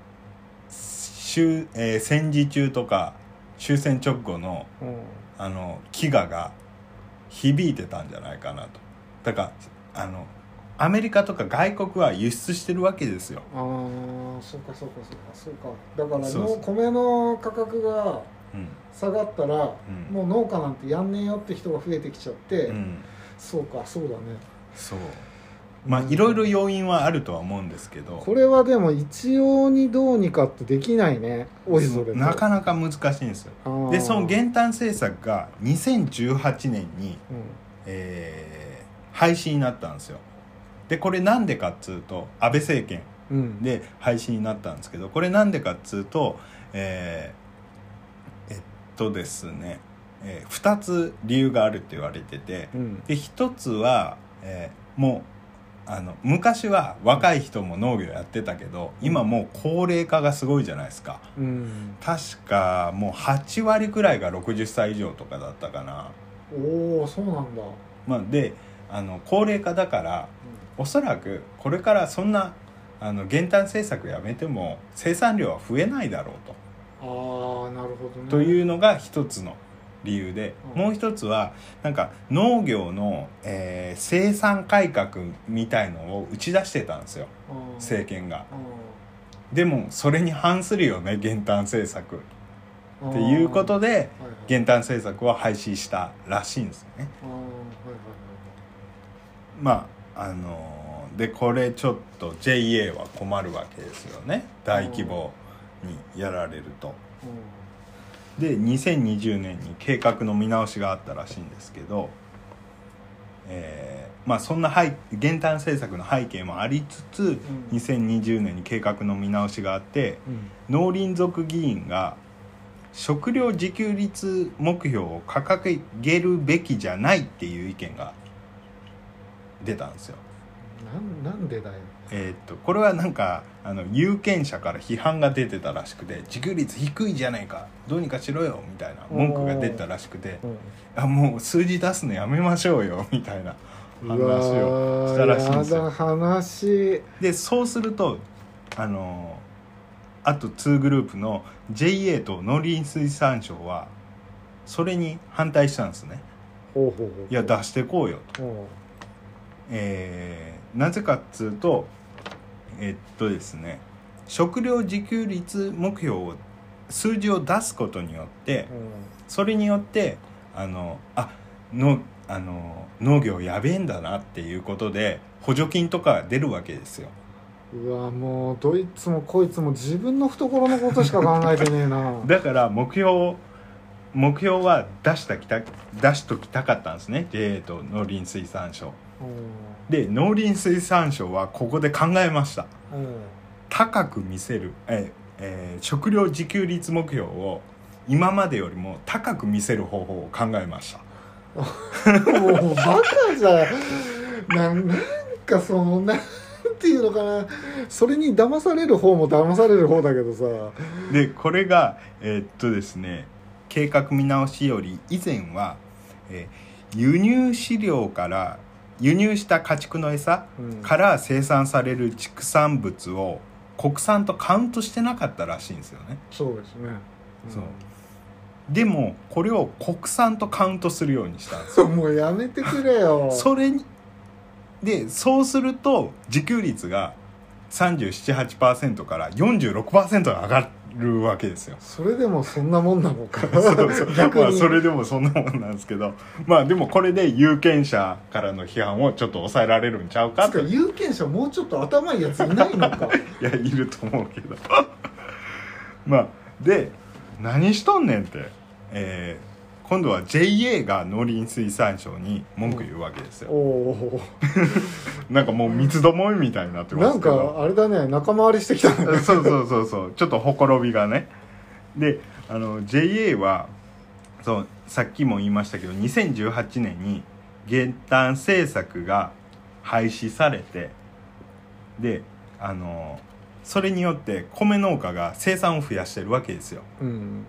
Speaker 2: 終、えー戦時中とか終戦直後の
Speaker 1: うんうん
Speaker 2: あの飢餓が響いてたんじゃないかなとだからあのアメリカとか外国は輸出してるわけですよ、
Speaker 1: ああそうかそうかそうかそうかだから
Speaker 2: そう
Speaker 1: も
Speaker 2: そう
Speaker 1: う米の価格が
Speaker 2: うん
Speaker 1: 下がったら、
Speaker 2: うん
Speaker 1: もう農家なんてやんねえよって人が増えてきちゃって、
Speaker 2: うん、
Speaker 1: そうかそうだね
Speaker 2: そうまあいろいろ要因はあるとは思うんですけど
Speaker 1: これはでも一様にどうにかってできないねおいそれと
Speaker 2: なかなか難しいんですよ
Speaker 1: あー
Speaker 2: でその減反政策が2018年に
Speaker 1: う
Speaker 2: えー廃止になったんですよでこれなんでかっつうと安倍政権
Speaker 1: んうん
Speaker 2: で廃止になったんですけどこれなんでかっつうとえーえっとですね、え2つ理由があるって言われてて
Speaker 1: うん
Speaker 2: で1つは、えーもうあの昔は若い人も農業やってたけど今もう高齢化がすごいじゃないですか
Speaker 1: うん
Speaker 2: 確かもう8割くらいが60歳以上とかだったかな
Speaker 1: おおそうなんだ
Speaker 2: まあ、であの高齢化だからおそらくこれからそんなあの減反政策やめても生産量は増えないだろう
Speaker 1: あ
Speaker 2: と。
Speaker 1: あなるほどね
Speaker 2: と
Speaker 1: う
Speaker 2: いうのが一つの理由で、
Speaker 1: うん
Speaker 2: もう一つはなんか農業の、えー生産改革みたいのを打ち出してたんですよ
Speaker 1: ん
Speaker 2: 政権が。
Speaker 1: う
Speaker 2: でもそれに反するよね減反政策っ
Speaker 1: ん
Speaker 2: ていうことで
Speaker 1: はいはい
Speaker 2: 減反政策は廃止したらしいんですよね。
Speaker 1: あーはいはい
Speaker 2: まああのーでこれちょっと JA は困るわけですよね大規模にやられると。
Speaker 1: はいうん
Speaker 2: で2020年に計画の見直しがあったらしいんですけど、えーまあ、そんな背減反政策の背景もありつつ、2020年に計画の見直しがあって
Speaker 1: うん
Speaker 2: 農林族議員が食料自給率目標を掲げるべきじゃないっていう意見が出たんですよ。
Speaker 1: なんなんでだよ
Speaker 2: えーっとこれはなんかあの有権者から批判が出てたらしくて自給率低いじゃないかどうにかしろよみたいな文句が出たらしくてあもう数字出すのやめましょうよ [LAUGHS] みたいな話を
Speaker 1: を
Speaker 2: したらしいんですよ
Speaker 1: やだ話
Speaker 2: でそうするとあのあと2グループの JA と農林水産省はそれに反対したんですね
Speaker 1: ほうほうほう
Speaker 2: いや出してこうよと
Speaker 1: うん
Speaker 2: えーなぜかっつうとえっとですね食料自給率目標を数字を出すことによってそれによってあのあのあの農業やべえんだなっていうことで補助金とか出るわけですよ。
Speaker 1: うんうわもうどいつもこいつも自分の懐のことしか考えてねえ
Speaker 2: [LAUGHS]
Speaker 1: な
Speaker 2: だから目標を目標は出したきた出しときたかったんですね JA と農林水産省
Speaker 1: う
Speaker 2: で農林水産省はここで考えました
Speaker 1: んうん
Speaker 2: 高く見せる、ええー食料自給率目標を今までよりも高く見せる方法を考えました
Speaker 1: もうバカじゃんななんかそのなんていうのかなそれに騙される方も騙される方だけどさ
Speaker 2: でこれがえーっとですね計画見直しより以前は、えー輸入飼料から輸入した家畜の餌
Speaker 1: うん
Speaker 2: から生産される畜産物を国産とカウントしてなかったらしいんですよね
Speaker 1: そうですね
Speaker 2: そうでもこれを国産とカウントするようにしたんですよ
Speaker 1: うんもうやめてくれよ
Speaker 2: それにでそうすると自給率が378%から46%上がるわけで
Speaker 1: [LAUGHS]
Speaker 2: すよ。
Speaker 1: それでもそんなもんなのか
Speaker 2: そうそう
Speaker 1: 逆に、
Speaker 2: まあそれでもそんなもんなんですけどまあでもこれで有権者からの批判をちょっと抑えられるんちゃうか
Speaker 1: つ
Speaker 2: と
Speaker 1: か
Speaker 2: い
Speaker 1: 有権者もうちょっと頭いいやついないの
Speaker 2: [LAUGHS]
Speaker 1: か
Speaker 2: やいると思うけど [LAUGHS] まあで何しとんねんって、えー今度は JA が農林水産省に文句言うわけです
Speaker 1: お
Speaker 2: よ、
Speaker 1: お
Speaker 2: なんかもう三つどもえみたいになってま
Speaker 1: な
Speaker 2: す
Speaker 1: ん
Speaker 2: けど
Speaker 1: かあれだね仲間割りしてきたね
Speaker 2: [LAUGHS] そうそうそうそうちょっとほころびがねであの JA はそうさっきも言いましたけど2018年に減反政策が廃止されてであのそれによって米農家が生産を増やしてるわけですよ
Speaker 1: うん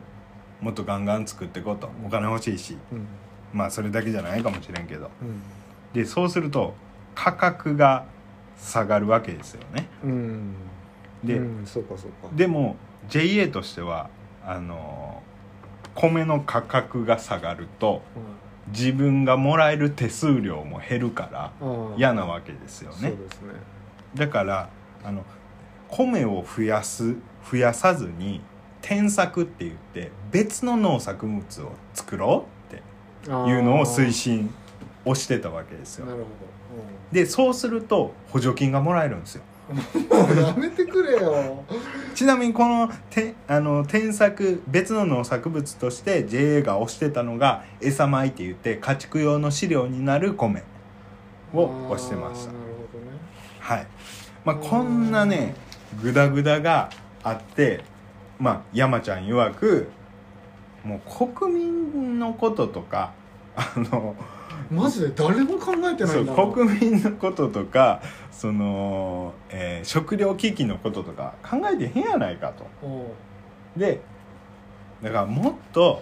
Speaker 2: もっとガンガン作っていこうとお金欲しいし
Speaker 1: うん
Speaker 2: まあそれだけじゃないかもしれんけど
Speaker 1: うん
Speaker 2: でそうすると価格が下がるわけですよね
Speaker 1: うん
Speaker 2: で、
Speaker 1: うん、そうかそうか
Speaker 2: でも JA としてはあの米の価格が下がると自分がもらえる手数料も減るから
Speaker 1: うんああ
Speaker 2: 嫌なわけですよ
Speaker 1: そう
Speaker 2: ね
Speaker 1: ですね
Speaker 2: だからあの米を増やす増やさずに転作って言って別の農作物を作ろうっていうのを推進をしてたわけです
Speaker 1: な
Speaker 2: よ
Speaker 1: る
Speaker 2: でそうすると補助金がもらえるんですよ
Speaker 1: ほど、うん、もうやめてくれよ
Speaker 2: ちなみにこのてあの添削別の農作物として JA が推してたのが餌米って言って家畜用の飼料になる米 [LAUGHS] を推してま
Speaker 1: あーなるほ
Speaker 2: した
Speaker 1: どね
Speaker 2: はい、まあ、こんなねグダグダがあってまあ山ちゃん曰くもう国民のこととかあの
Speaker 1: マジで誰も考えてない
Speaker 2: そ
Speaker 1: ん
Speaker 2: う
Speaker 1: だ
Speaker 2: 国民のこととかその、えー食料危機のこととか考えてへんやないかと。
Speaker 1: うん
Speaker 2: でだからもっと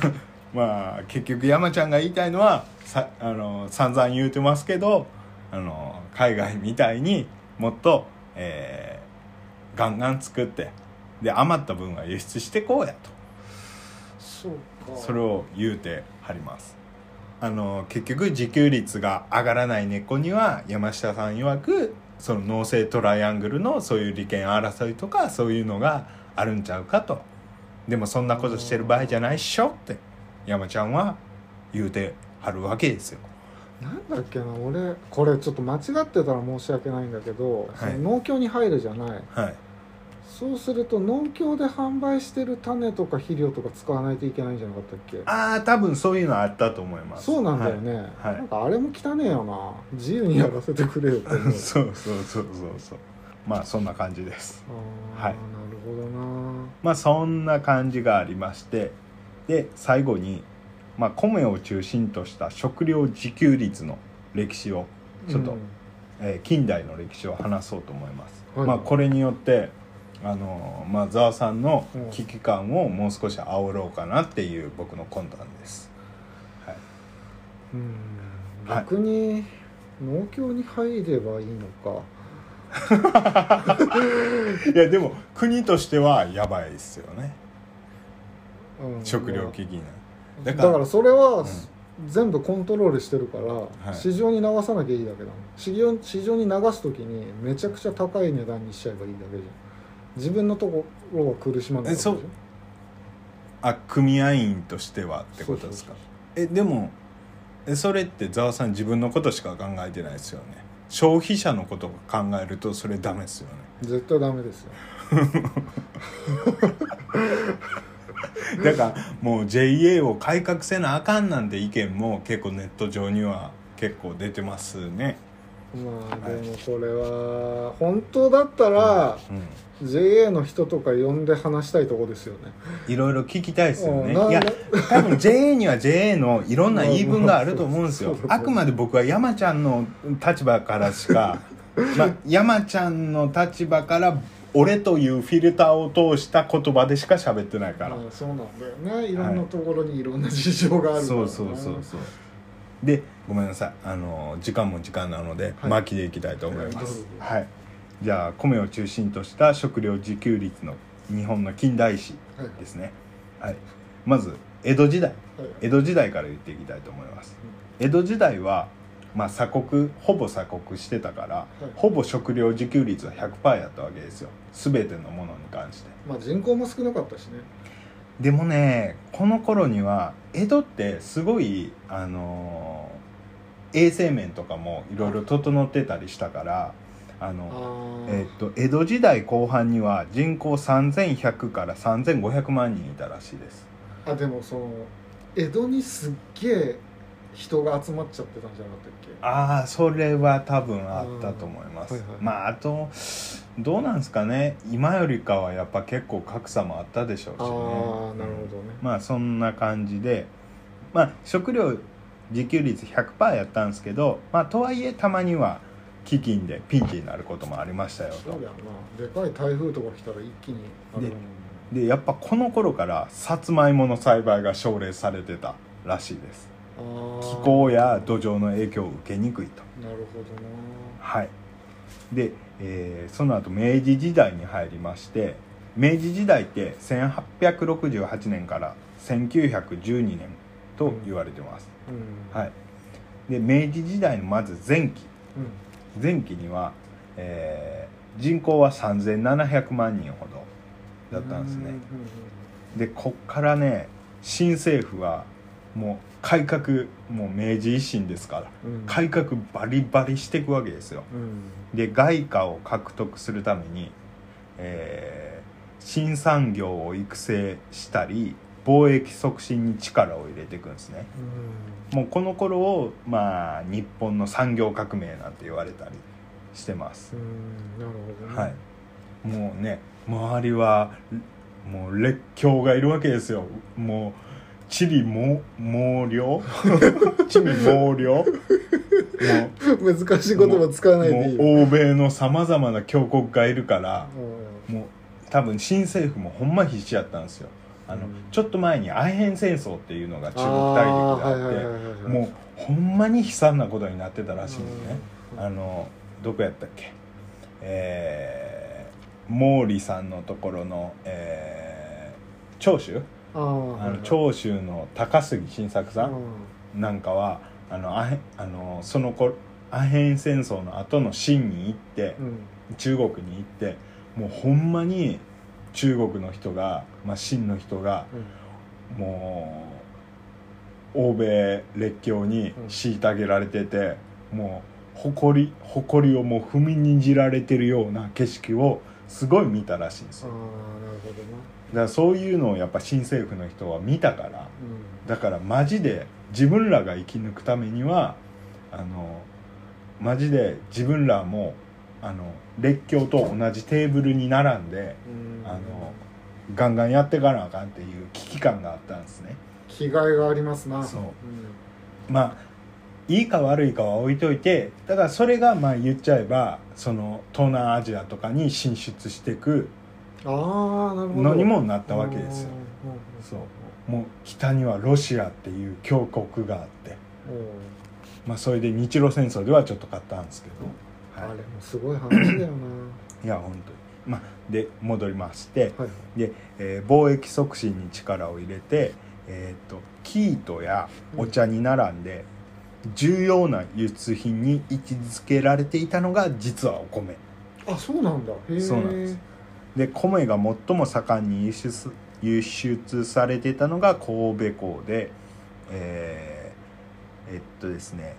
Speaker 2: [LAUGHS] まあ結局山ちゃんが言いたいのはさあの散々言うてますけどあの海外みたいにもっと、えーガンガン作ってで余った分は輸出してこうやと
Speaker 1: そうか
Speaker 2: それを言うてはりますあの結局自給率が上がらない根っこには山下さん曰くその農政トライアングルのそういう利権争いとかそういうのがあるんちゃうかとでもそんなことしてる場合じゃないっしょって山ちゃんは言うてはるわけですよ
Speaker 1: なんだっけな俺これちょっと間違ってたら申し訳ないんだけど、
Speaker 2: い
Speaker 1: その農協に入るじゃない
Speaker 2: はい
Speaker 1: そうすると農協で販売してる種とか肥料とか使わないといけないんじゃなかったっけ
Speaker 2: ああ多分そういうのあったと思います
Speaker 1: そうなんだよね、
Speaker 2: はい
Speaker 1: なんかあれも汚ねえよな自由にやらせてくれよって思う
Speaker 2: はい [LAUGHS] そうそうそうそうそうまあそんな感じです
Speaker 1: あー
Speaker 2: はい
Speaker 1: なるほどな
Speaker 2: まあそんな感じがありましてで最後に、まあ、米を中心とした食料自給率の歴史を、ちょっと
Speaker 1: うん
Speaker 2: えー近代の歴史を話そうと思います、
Speaker 1: はい
Speaker 2: まあ、これによってあのーまあざわさんの危機感をもう少し煽ろうかなっていう僕の魂胆です、はい、
Speaker 1: うん
Speaker 2: はい
Speaker 1: 逆に農協に入ればいいのか
Speaker 2: いやでも国としてはやばいですよね
Speaker 1: うん
Speaker 2: 食料危機なだ
Speaker 1: だ
Speaker 2: から
Speaker 1: からそれは、
Speaker 2: ん
Speaker 1: 全部コントロールしてるから、
Speaker 2: い
Speaker 1: 市場に流さなきゃいいだけだもん市場市場に流す時にめちゃくちゃ高い値段にしちゃえばいいだけじゃん自分のところは苦しまない
Speaker 2: えそうあ組合員としてはってことですかえでもえそれってざわさん自分のことしか考えてないですよね消費者のことを考えるとそれダメですよね
Speaker 1: 絶対ダメですよ
Speaker 2: だからもう JA を改革せなあかんなんて意見も結構ネット上には結構出てますね
Speaker 1: まあ
Speaker 2: は
Speaker 1: で
Speaker 2: い
Speaker 1: もこれは本当だったら
Speaker 2: うん
Speaker 1: JA の人とか呼んで話したいとこですよね
Speaker 2: いろいろ聞きたいですよね
Speaker 1: うん
Speaker 2: いや
Speaker 1: な
Speaker 2: 多分 JA には JA のいろんな言い分があると思うんです
Speaker 1: まあ
Speaker 2: よ
Speaker 1: まあそうそう
Speaker 2: あくまで僕は山ちゃんの立場からし
Speaker 1: [LAUGHS]
Speaker 2: か、まあ、山ちゃんの立場から俺というフィルターを通した言葉でしか喋ってないから、
Speaker 1: まあそうなんだよねいろんなところにいろんな事情があるから
Speaker 2: そ
Speaker 1: ね
Speaker 2: うそうそうそうでごめんなさいあの時間も時間なので、
Speaker 1: はい
Speaker 2: 巻きでいきたいと思いま
Speaker 1: はいどう
Speaker 2: す
Speaker 1: ぞ、
Speaker 2: はい、じゃあ米を中心とした食料自給率の日本の近代史
Speaker 1: はいはい
Speaker 2: ですね、はい、まず江戸時代
Speaker 1: はい
Speaker 2: 江戸時代から言っていきたいと思います江戸時代は、まあ、鎖国ほぼ鎖国してたから、
Speaker 1: い
Speaker 2: ほぼ食料自給率は100%やったわけですよ全てのものに関して
Speaker 1: まあ人口も少なかったしね
Speaker 2: でもねこの頃には江戸ってすごいあのー衛生面とかもいろいろ整ってたりしたからあ
Speaker 1: あ
Speaker 2: の
Speaker 1: ー
Speaker 2: えっと江戸時代後半には人口3100から3500万人いたらしいです
Speaker 1: あでもその江戸にすっげえ人が集まっちゃってたんじゃなかったっけ
Speaker 2: ああそれは多分あったと思います、
Speaker 1: うんはいはい
Speaker 2: まああとどうなんですかね今よりかはやっぱ結構格差もあったでしょう
Speaker 1: あ
Speaker 2: しね
Speaker 1: あなるほどね、
Speaker 2: まあそんな感じでまあ食料自給率100%やったんですけどまあとはいえたまには飢饉でピンチになることもありましたよ
Speaker 1: そう
Speaker 2: と
Speaker 1: だよなでかい台風とか来たら一気にあれだもんね
Speaker 2: でやっぱこの頃からさつまいもの栽培が奨励されてたらしいです
Speaker 1: あー
Speaker 2: 気候や土壌の影響を受けにくいと
Speaker 1: なるほどな
Speaker 2: はい、で、えーその後明治時代に入りまして明治時代って1868年から1912年と言われてます、
Speaker 1: うん
Speaker 2: はい、で明治時代のまず前期
Speaker 1: うん
Speaker 2: 前期には、えー人口は3700万人ほどだったんです
Speaker 1: うう
Speaker 2: ね
Speaker 1: う
Speaker 2: でこっからね新政府はもう改革もう明治維新ですから
Speaker 1: うんうん
Speaker 2: 改革バリバリしていくわけですよ
Speaker 1: うん
Speaker 2: で外貨を獲得するために、えー新産業を育成したり貿易促進に力を入れていくんですね
Speaker 1: うん
Speaker 2: もうこの頃をまあ日本の産業革命なんて言われたりしてます
Speaker 1: う、んなるほどね
Speaker 2: はいもうね周りはもう列強がいるわけですよもう地理も毛
Speaker 1: [LAUGHS]
Speaker 2: 量地理毛量もう
Speaker 1: [LAUGHS] 難しい言葉使わないでいいよ
Speaker 2: もう欧米のさまざまな強国がいるから
Speaker 1: うん
Speaker 2: もう多分新政府もほんま必死やったんですよあの、
Speaker 1: うん
Speaker 2: ちょっと前にアヘン戦争っていうのが
Speaker 1: あ
Speaker 2: 中国
Speaker 1: あ
Speaker 2: 大陸であって、
Speaker 1: い
Speaker 2: もうほんまに悲惨なことになってたらしいんですね、
Speaker 1: うん
Speaker 2: あのどこやったっけえー、毛利さんのところの、えー長州
Speaker 1: あー
Speaker 2: あの長州の高杉晋作さんなんかはあのアヘンあのその頃アヘン戦争の後の清に行って
Speaker 1: う、ん
Speaker 2: 中国に行ってもうほんまに中国の人が、まあ、清の人が
Speaker 1: うん
Speaker 2: もう欧米列強に虐げられてて、もう誇り誇りをもう踏みにじられてるような景色をすごい見たらしいんです
Speaker 1: ああ
Speaker 2: よ
Speaker 1: なるほどな
Speaker 2: だからそういうのをやっぱ新政府の人は見たから
Speaker 1: うん
Speaker 2: だからマジで自分らが生き抜くためにはあのマジで自分らもあの列強と同じテーブルに並んで
Speaker 1: うん
Speaker 2: あのガンガンやってかなあかんっていう危機感があったんですね
Speaker 1: 気概がありますな
Speaker 2: そう
Speaker 1: うん
Speaker 2: まあいいか悪いかは置いといてただそれがまあ言っちゃえばその東南アジアとかに進出していく
Speaker 1: ああなるほど
Speaker 2: のにもなったわけですよ
Speaker 1: うんうんうん
Speaker 2: そうもう北にはロシアっていう強国があって、
Speaker 1: おう
Speaker 2: まあ、それで日露戦争ではちょっと勝ったんですけど、
Speaker 1: あ
Speaker 2: は
Speaker 1: れもすごい話だよな
Speaker 2: い、いや本当にまあで戻りまして、
Speaker 1: はい
Speaker 2: えー貿易促進に力を入れて、えー、と生糸やお茶に並んで、重要な輸出品に位置づけられていたのが実はお米
Speaker 1: あそうなんだへえ
Speaker 2: そうなんですで米が最も盛んに輸出輸出されていたのが神戸港でえーえっとですね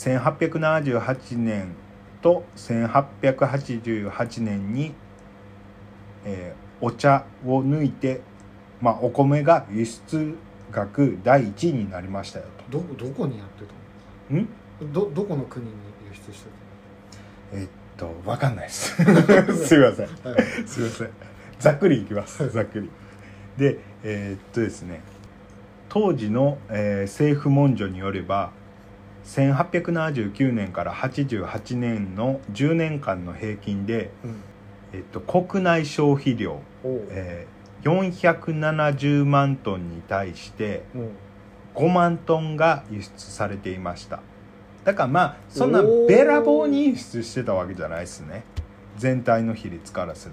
Speaker 2: 1878年と1888年に、えーお茶を抜いて、まあ、お米が輸出額第1位になりましたよ
Speaker 1: どどこにやって
Speaker 2: と。ん
Speaker 1: たのどどこの国に輸出して
Speaker 2: えっとわかんないです [LAUGHS] すいません
Speaker 1: たの、はい、
Speaker 2: すいませんざっくりいきますざっくりでえーっとですね当時の、えー政府文書によれば1879年から88年の10年間の平均で、
Speaker 1: うん
Speaker 2: えっと、国内消費量、
Speaker 1: おう
Speaker 2: えー470万トンに対して
Speaker 1: もう
Speaker 2: 5万トンが輸出されていましただからまあそんな
Speaker 1: おー
Speaker 2: べらぼうに輸出してたわけじゃないですね全体の比率からする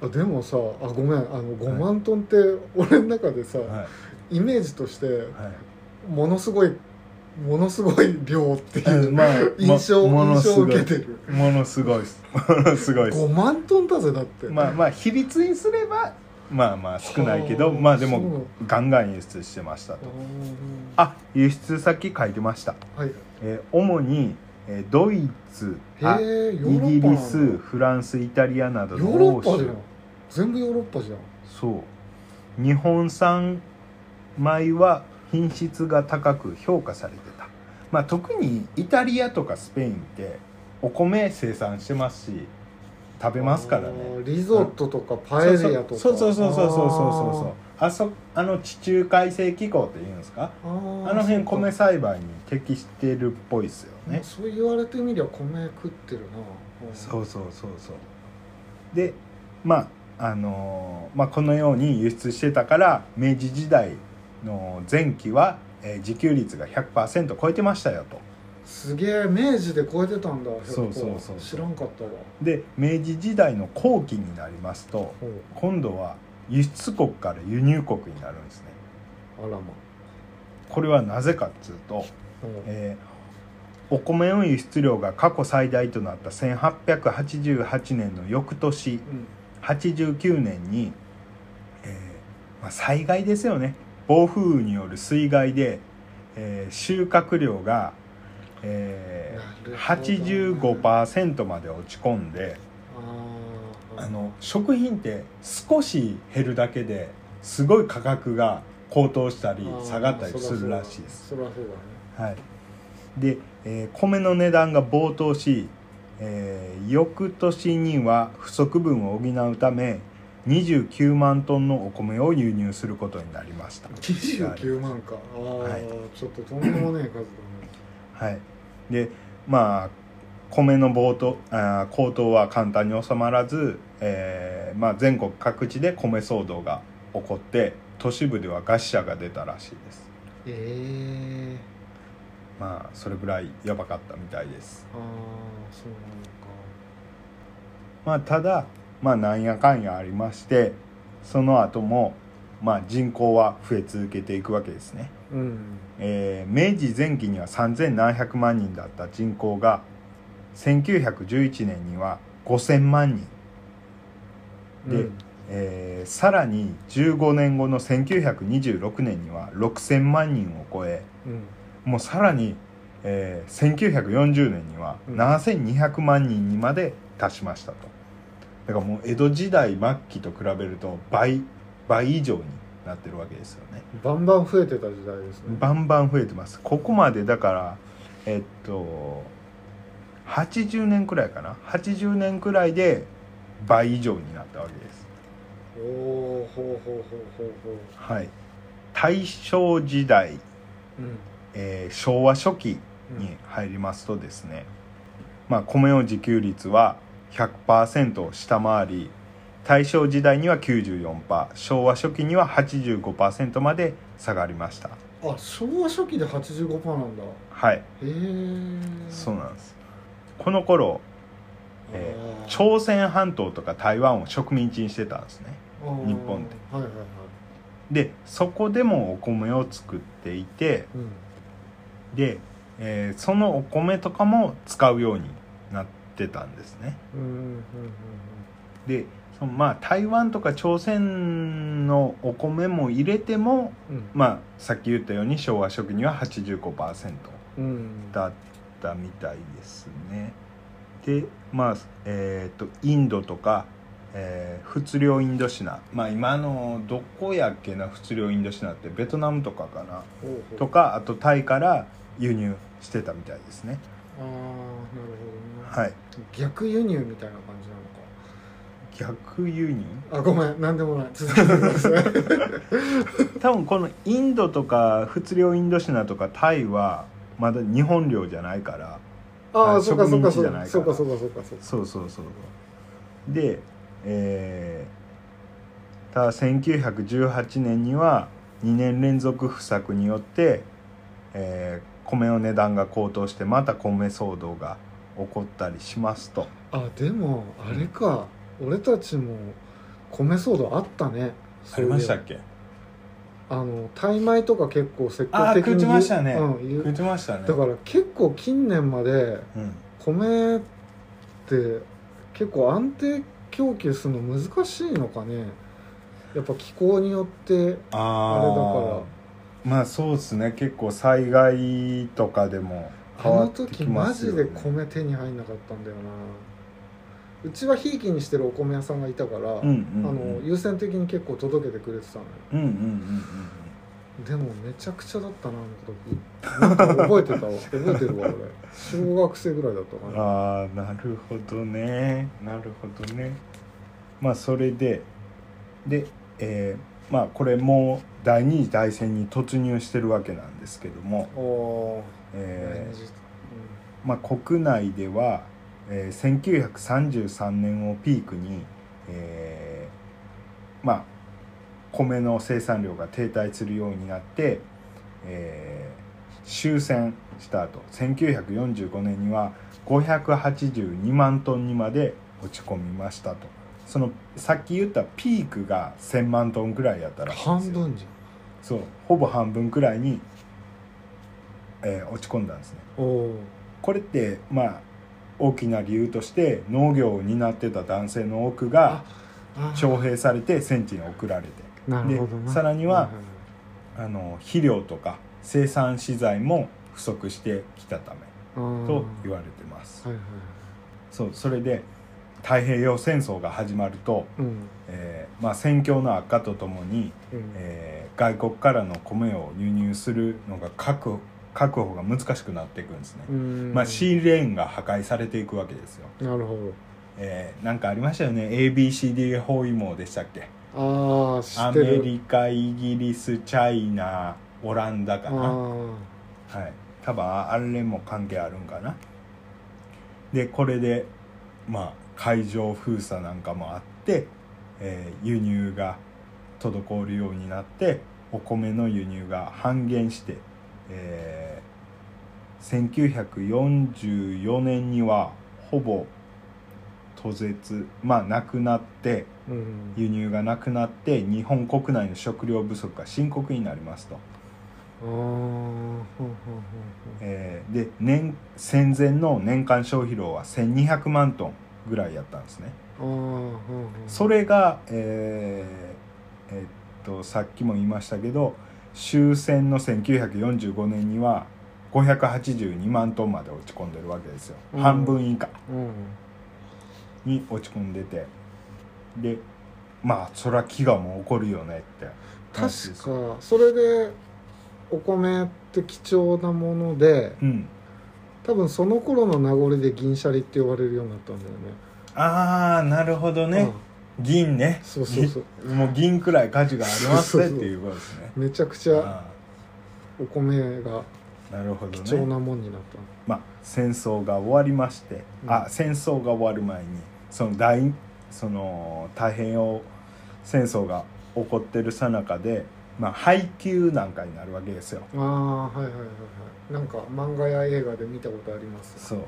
Speaker 1: あでもさあごめんあの5万トンって俺の中でさ、
Speaker 2: と、はい
Speaker 1: イメージとして
Speaker 2: はい、
Speaker 1: ものすごいものすごい量っていう、
Speaker 2: まあ
Speaker 1: [LAUGHS] 印象
Speaker 2: ももの
Speaker 1: 印
Speaker 2: す
Speaker 1: 象を
Speaker 2: ごい
Speaker 1: 受けてる
Speaker 2: ものすごいです [LAUGHS] ものすごいです
Speaker 1: 5万トンだぜだって
Speaker 2: まあまあ比率にすればまあまあ少ないけど
Speaker 1: はあ
Speaker 2: まあで
Speaker 1: そう
Speaker 2: もガンガン輸出してましたと
Speaker 1: あ
Speaker 2: あ輸出先書いてました、
Speaker 1: ーはい
Speaker 2: えー主に、えードイツあ
Speaker 1: へえヨーロ
Speaker 2: イ
Speaker 1: ッパ
Speaker 2: ギリ
Speaker 1: なんだ
Speaker 2: スフランスイタリアなど
Speaker 1: ヨ
Speaker 2: の
Speaker 1: ーロ
Speaker 2: 欧州
Speaker 1: ッパじゃん全部ヨーロッパじゃん
Speaker 2: そう日本産米は品質が高く評価されてた、まあ、特にイタリアとかスペインってお米生産してますし食べますから
Speaker 1: あ
Speaker 2: ね
Speaker 1: ーリゾットとかパエリアとか
Speaker 2: そうそうそうそうそうそうそうそうあそあの地中海性気候っていうんですか
Speaker 1: あー
Speaker 2: あの辺
Speaker 1: そっか
Speaker 2: 米栽培に適してるっぽいですよね
Speaker 1: そう言われてみりゃ米食ってるな、うん
Speaker 2: そうそうそうそうでまああのーまあ、このように輸出してたから明治時代の前期は、えー自給率が100%超えてましたよと
Speaker 1: すげえ明治で超えてたんだ100
Speaker 2: そうそうそう
Speaker 1: 知らんかったわ
Speaker 2: で明治時代の後期になりますと
Speaker 1: ほう
Speaker 2: 今度は輸出国から輸入国になるんですね
Speaker 1: あらま
Speaker 2: これはなぜかっつうと、
Speaker 1: ほう
Speaker 2: えーお米の輸出量が過去最大となった1888年の翌年
Speaker 1: うん
Speaker 2: 89年に、えーまあ、災害ですよね暴風雨による水害で、えー収穫量が、えー、
Speaker 1: なるほどな
Speaker 2: 85%まで落ち込んで
Speaker 1: あー
Speaker 2: あの食品って少し減るだけですごい価格が高騰したり
Speaker 1: あー
Speaker 2: 下がったりするらしいです。
Speaker 1: そりゃそうだね
Speaker 2: はい、で、えー米の値段が暴騰し、えー翌年には不足分を補うため29万トンのお米を輸入することになりました、
Speaker 1: 29万かああ、
Speaker 2: はい
Speaker 1: ちょっととんでもねえ数だね
Speaker 2: はい、でまあ米の暴騰あー高騰は簡単に収まらず、えーまあ、全国各地で米騒動が起こって都市部では餓死者が出たらしいです
Speaker 1: ええ
Speaker 2: まあそれぐらいやばかったみたいです
Speaker 1: ああそうな
Speaker 2: まあただまあなんやかんやありましてその後もまあ人口は増え続けていくわけですね
Speaker 1: のかうん
Speaker 2: えー明治前期には3700万人だった人口が1911年には5000万人、で
Speaker 1: うん
Speaker 2: えーさらに15年後の1926年には6000万人を超え
Speaker 1: うん
Speaker 2: もうさらに、えー1940年には
Speaker 1: うん
Speaker 2: 7200万人にまで達しましたとだからもう江戸時代末期と比べると倍倍以上になってるわけですよね
Speaker 1: バンバン増えてた時代ですね
Speaker 2: バンバン増えてますここまでだからえっと80年くらいかな80年くらいで倍以上になったわけです
Speaker 1: おおほうほうほうほうほ
Speaker 2: はい大正時
Speaker 1: う
Speaker 2: 代、
Speaker 1: うん
Speaker 2: えー昭和初期に入りますとですね、まあ、米の自給率は100%を下回り大正時代には94%昭和初期には85%まで下がりました
Speaker 1: あ昭和初期で85%なんだへ
Speaker 2: はい
Speaker 1: え
Speaker 2: そうなんですこの頃え
Speaker 1: あー
Speaker 2: 朝鮮半島とか台湾を植民地にしてたんですね
Speaker 1: あー
Speaker 2: 日本で
Speaker 1: はいはいはい
Speaker 2: でそこでもお米を作っていて
Speaker 1: うん
Speaker 2: で、えーそのお米とかも使うようになってたんですね
Speaker 1: うんうんうん
Speaker 2: でそのまあ台湾とか朝鮮のお米も入れても
Speaker 1: うんうん
Speaker 2: まあさっき言ったように昭和初期には85%
Speaker 1: うん
Speaker 2: だったみたいですねでまあえっ、とインドとか、えー、仏領インドシナまあ今のどこやっけな仏領インドシナってベトナムとかかな
Speaker 1: ほうほう
Speaker 2: とかあとタイから輸入してたみたいですね
Speaker 1: ああなるほどね、
Speaker 2: はい
Speaker 1: 逆輸入みたいな感じなのか
Speaker 2: 逆輸入
Speaker 1: あごめん何でもない続けてくだ
Speaker 2: [LAUGHS]
Speaker 1: さい
Speaker 2: 多分このインドとか仏領インドシナとかタイはまだ日本領じゃないから
Speaker 1: あ
Speaker 2: は
Speaker 1: あ
Speaker 2: い
Speaker 1: そうかそうかそう
Speaker 2: 植民地じゃな
Speaker 1: か
Speaker 2: いか
Speaker 1: らそうかそうかそうかそうか
Speaker 2: そうそうそうそうでえー、ただ1918年には2年連続不作によって、えー米の値段が高騰してまた米騒動が起こったりしますと
Speaker 1: あでもあれか、俺たちも米騒動あったねそういえば
Speaker 2: け
Speaker 1: あのタイ米とか結構積
Speaker 2: あ
Speaker 1: 極
Speaker 2: ー
Speaker 1: 的に
Speaker 2: 食ってましたね
Speaker 1: うん、言う
Speaker 2: てましたね
Speaker 1: だから結構近年まで
Speaker 2: うん、
Speaker 1: 米って結構安定供給するの難しいのかねやっぱ気候によって
Speaker 2: あ
Speaker 1: あれだから
Speaker 2: あまあそうですね結構災害とかでも
Speaker 1: あ
Speaker 2: 変わ
Speaker 1: の
Speaker 2: って
Speaker 1: 時
Speaker 2: き
Speaker 1: マ
Speaker 2: ます
Speaker 1: ジ
Speaker 2: よ、
Speaker 1: で
Speaker 2: ね、
Speaker 1: 米手に入んなかったんだよなうちはひいきにしてるお米屋さんがいたから、
Speaker 2: うんうんうん
Speaker 1: あの優先的に結構届けてくれてたのよ
Speaker 2: うんうんうん
Speaker 1: でもめちゃくちゃだったなあの時なんか覚えてたわ覚えてるわ俺小学生ぐらいだった
Speaker 2: う
Speaker 1: か
Speaker 2: んうん
Speaker 1: な
Speaker 2: ああなるほどねなるほどねまあそれででえーまあこれもう第二次大戦に突入してるわけなんですけども、
Speaker 1: お
Speaker 2: えーまあ、国内では、えー1933年をピークに、えーまあ、米の生産量が停滞するようになって、えー終戦した後1945年には582万トンにまで落ち込みましたとそのさっき言ったピークが1,000万トンくらいやったらしいんです
Speaker 1: 半
Speaker 2: よ
Speaker 1: 分じ
Speaker 2: そうほぼ半分くらいに、えー落ち込んだんですね。
Speaker 1: ゃんおー
Speaker 2: これってまあ大きな理由として農業を担ってた男性の多くが
Speaker 1: あー
Speaker 2: 徴兵されて戦地に送られて
Speaker 1: なるほど
Speaker 2: で
Speaker 1: な
Speaker 2: さらにはい
Speaker 1: いい
Speaker 2: あの肥料とか生産資材も不足してきたため
Speaker 1: あー
Speaker 2: と言われてます、
Speaker 1: はいはい
Speaker 2: そうそれで太平洋戦争が始まると、
Speaker 1: うん
Speaker 2: えーまあ、戦況の悪化とともに、
Speaker 1: うん
Speaker 2: えー外国からの米を輸入するのが確保確保が難しくなっていくんですね、
Speaker 1: うん
Speaker 2: まあ、シーレーンが破壊されていくわけですよ
Speaker 1: なるほど
Speaker 2: えーなんかありましたよね ABCD 包囲網でしたっけ
Speaker 1: ああ知
Speaker 2: ア
Speaker 1: ってる
Speaker 2: メリカイギリスチャイナオランダかな
Speaker 1: あ
Speaker 2: はい多分あれも関係あるんかなでこれでまあ海上封鎖なんかもあって、えー輸入が滞るようになってお米の輸入が半減して、えー1944年にはほぼ途絶まあなくなって
Speaker 1: うん
Speaker 2: 輸入がなくなって日本国内の食料不足が深刻になりますと。
Speaker 1: あーほんほんほんほん
Speaker 2: えーで年戦前の年間消費量は1200万トンぐらいやったんですね
Speaker 1: あーほんほん
Speaker 2: それが、えーえっとさっきも言いましたけど終戦の1945年には582万トンまで落ち込んでるわけですよ、
Speaker 1: うん
Speaker 2: 半分以下
Speaker 1: うん
Speaker 2: に落ち込んでてでまあそりゃ飢餓も起こるよねって話で
Speaker 1: 確
Speaker 2: すよ
Speaker 1: かそれでお米って貴重なもので
Speaker 2: うん
Speaker 1: 多分その頃の名残で銀シャリって呼ばれるようになったんだよね
Speaker 2: ああなるほどね、銀ね
Speaker 1: うんそうそう
Speaker 2: [LAUGHS]
Speaker 1: そう
Speaker 2: もう銀くらい価値がありますねっていうことですね。
Speaker 1: めちゃくちゃ
Speaker 2: あ
Speaker 1: お米が
Speaker 2: あなるほど
Speaker 1: 貴重
Speaker 2: ね。
Speaker 1: なもんになったの
Speaker 2: まあ戦争が終わりまして、
Speaker 1: うん
Speaker 2: あ戦争が終わる前にその大その太平洋戦争が起こってる最中で、まあ配給なんかになるわけですよ。
Speaker 1: ああはいはいはいはいなんか漫画や映画で見たことあります
Speaker 2: そう。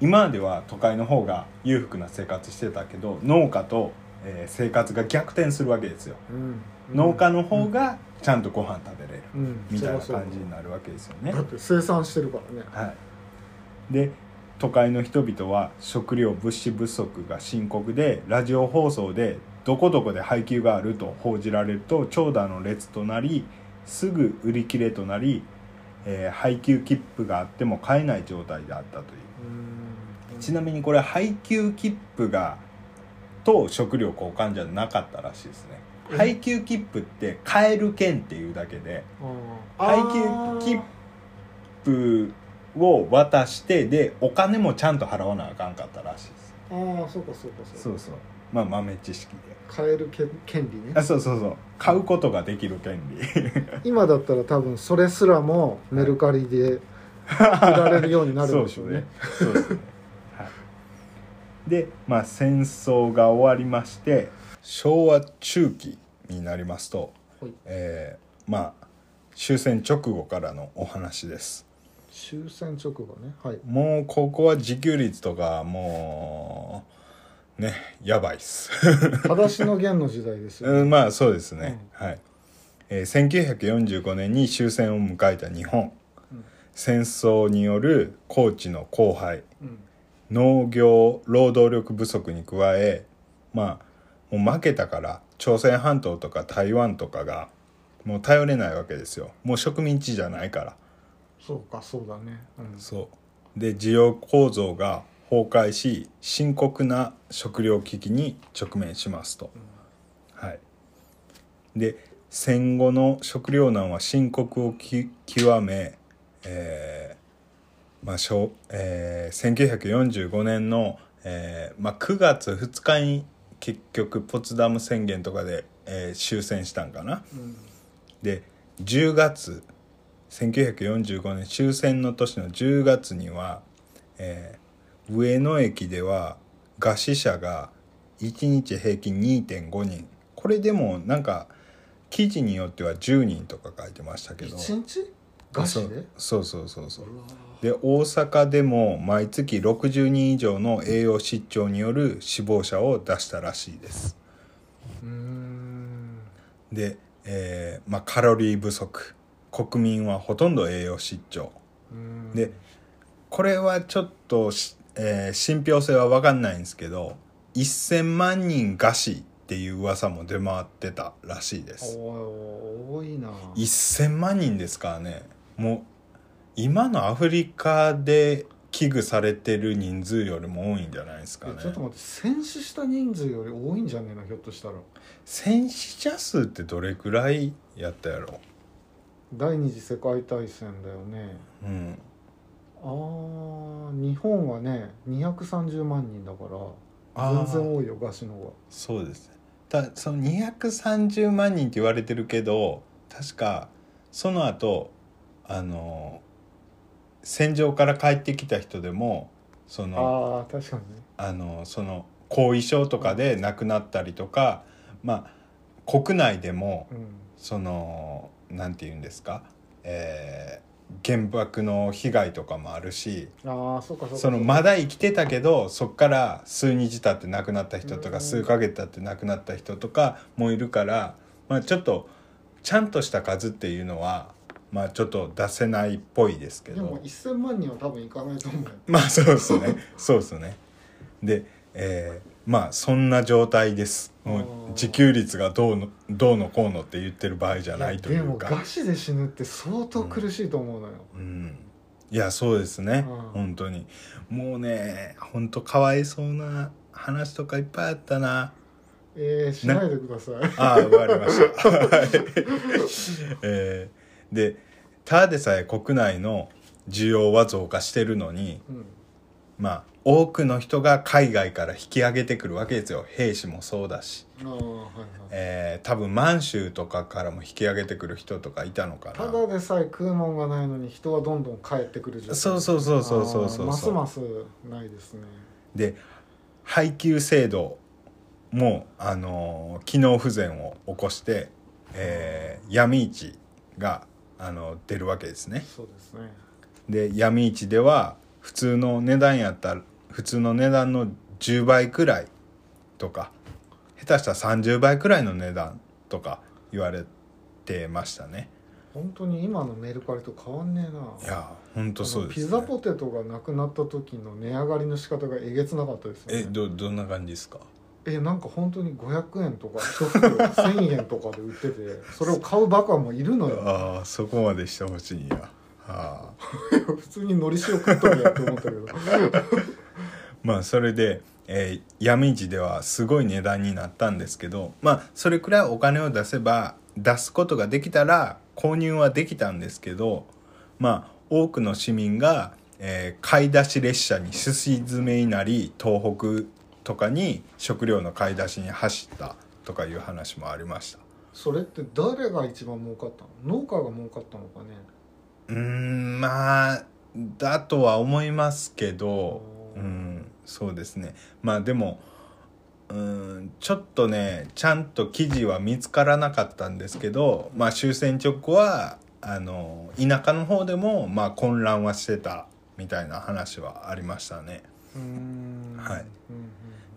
Speaker 2: 今までは都会の方が裕福な生活してたけど農家と、えー生活が逆転するわけですよ、
Speaker 1: うん
Speaker 2: 農家の方がちゃんとご飯食べれる
Speaker 1: うん
Speaker 2: みたいな
Speaker 1: そりゃそう
Speaker 2: 感じになるわけですよね、
Speaker 1: だって生産してるからね
Speaker 2: はい、で都会の人々は食料物資不足が深刻でラジオ放送でどこどこで配給があると報じられると長蛇の列となりすぐ売り切れとなり、えー配給切符があっても買えない状態であったという
Speaker 1: うん
Speaker 2: ちなみにこれ配給切符がと食料交換じゃなかったらしいですね
Speaker 1: うん
Speaker 2: 配給切符って買える券っていうだけで
Speaker 1: あー
Speaker 2: 配給切切符を渡してでお金もちゃんと払わなあかんかったらしいです
Speaker 1: ああそうかそうかそうか
Speaker 2: そうまあ豆知識
Speaker 1: 買えるけ権利
Speaker 2: であ
Speaker 1: ね
Speaker 2: そうそうそう買うことができる権利
Speaker 1: 今だったら多分それすらもメルカリで売られるようになるんでしょうね
Speaker 2: そうですねそうですね、はい、でまあ戦争が終わりまして昭和中期になりますと、
Speaker 1: はい
Speaker 2: えーまあ終戦直後からのお話です
Speaker 1: 終戦直後ねはい
Speaker 2: もうここは自給率とかもうねやばいっす、 [LAUGHS]
Speaker 1: 正しの元の時代ですよ、
Speaker 2: うん、まあそうですね、はい、えー1945年に終戦を迎えた日本、
Speaker 1: うん
Speaker 2: 戦争による高知の荒廃
Speaker 1: うん
Speaker 2: 農業労働力不足に加えまあもう負けたから朝鮮半島とか台湾とかがもう頼れないわけですよもう植民地じゃないから
Speaker 1: そうかそうだね、うん、
Speaker 2: そうで需要構造が崩壊し深刻な食糧危機に直面しますと、はいで戦後の食糧難は深刻をき極めえーまあしょうえー1945年の、えーまあ、9月2日に結局ポツダム宣言とかで、えー終戦したんかな、
Speaker 1: うん
Speaker 2: で10月1945年終戦の年の10月には、えー上野駅では餓死者が1日平均2.5人これでもなんか記事によっては10人とか書いてましたけど
Speaker 1: 一日餓死で
Speaker 2: そうそうそうそうそう
Speaker 1: うわ
Speaker 2: で大阪でも毎月60人以上の栄養失調による死亡者を出したらしいです
Speaker 1: うーん
Speaker 2: で、えーまあ、カロリー不足国民はほとんど栄養失調
Speaker 1: うん
Speaker 2: でこれはちょっとし、えー信憑性は分かんないんですけど1,000万人餓死っていう噂も出回ってたらしいです
Speaker 1: おいおい多いな
Speaker 2: 1,000万人ですからねもう今のアフリカで危惧されてる人数よりも多いんじゃないですかね
Speaker 1: えちょっと待って戦死した人数より多いんじゃねえなひょっとしたら
Speaker 2: 戦死者数ってどれくらいやったやろ
Speaker 1: 第二次世界大戦だよね
Speaker 2: うん
Speaker 1: あー日本はね230万人だから
Speaker 2: あー
Speaker 1: 全然多いよ餓死の方が
Speaker 2: そうですねたその230万人って言われてるけど確かその後あの戦場から帰ってきた人でもその
Speaker 1: ああー確かにね
Speaker 2: あのその後遺症とかで亡くなったりとかまあ国内でも
Speaker 1: うん
Speaker 2: そのなんて言うんですか、えー原爆の被害とかもあるし
Speaker 1: ああそうかそうか
Speaker 2: その
Speaker 1: ま
Speaker 2: まだ生きてたけどそっから数日経って亡くなった人と
Speaker 1: う
Speaker 2: か
Speaker 1: ん
Speaker 2: 数ヶ月経って亡くなった人とかもいるから、まあ、ちょっとちゃんとした数っていうのは、まあ、ちょっと出せないっぽいですけ
Speaker 1: でも
Speaker 2: ど
Speaker 1: 1000万人は多分いかないと思うよ
Speaker 2: まあそうですねそうですね。で、えーまあそんな状態です。もう自給率がどうのどうのこうのって言ってる場合じゃないとい
Speaker 1: やで
Speaker 2: う
Speaker 1: も
Speaker 2: か。
Speaker 1: 餓死で死ぬって相当苦しいと思うのよ、
Speaker 2: うんいやそうですね、
Speaker 1: うん
Speaker 2: 本当にもうね本当かわいそうな話とかいっぱいあったな
Speaker 1: えー、しないでください、
Speaker 2: ああ分かりましたはいえーでただでさえ国内の需要は増加してるのに
Speaker 1: うん
Speaker 2: まあ多くの人が海外から引き上げてくるわけですよ兵士もそうだし、
Speaker 1: あーはいはい、
Speaker 2: えー多分満州とかからも引き上げてくる人とかいたのかな
Speaker 1: ただでさえ食うもんがないのに人はどんどん帰ってくる状態
Speaker 2: そうそうそうそうそうそうそう
Speaker 1: あーますますないですね
Speaker 2: で配給制度も、あのー機能不全を起こして、えー闇市が、あの出るわけですね。
Speaker 1: そうですね
Speaker 2: で闇市では普通の値段やったら普通の値段の10倍くらいとか下手したら30倍くらいの値段とか言われてましたね。
Speaker 1: 本当に今のメルカリと変わんねえない
Speaker 2: や本当そうです、ね。
Speaker 1: あのピザポテトがなくなった時の値上がりの仕方がえげつなかったですよね
Speaker 2: えどどんな感じですか
Speaker 1: えなんか本当に500円とか1袋1000円とかで売って [LAUGHS] てそれを買うバカもいるのよ
Speaker 2: ああそこまでしてほしいんや。はあ
Speaker 1: 普通にのり塩食っとるやんって思ったけど
Speaker 2: まあそれで、えー闇市ではすごい値段になったんですけどまあそれくらいお金を出せば出すことができたら購入はできたんですけどまあ多くの市民が、えー買い出し列車にすし詰めになり東北とかに食料の買い出しに走ったとかいう話もありました。
Speaker 1: それって誰が一番儲かったの農家が儲かったのかね
Speaker 2: うーんまあだとは思いますけど
Speaker 1: う
Speaker 2: うんんそうですねまあでもうんちょっとねちゃんと記事は見つからなかったんですけどまあ終戦直後はあの田舎の方でもまあ混乱はしてたみたいな話はありましたね。
Speaker 1: うーん
Speaker 2: はい
Speaker 1: うん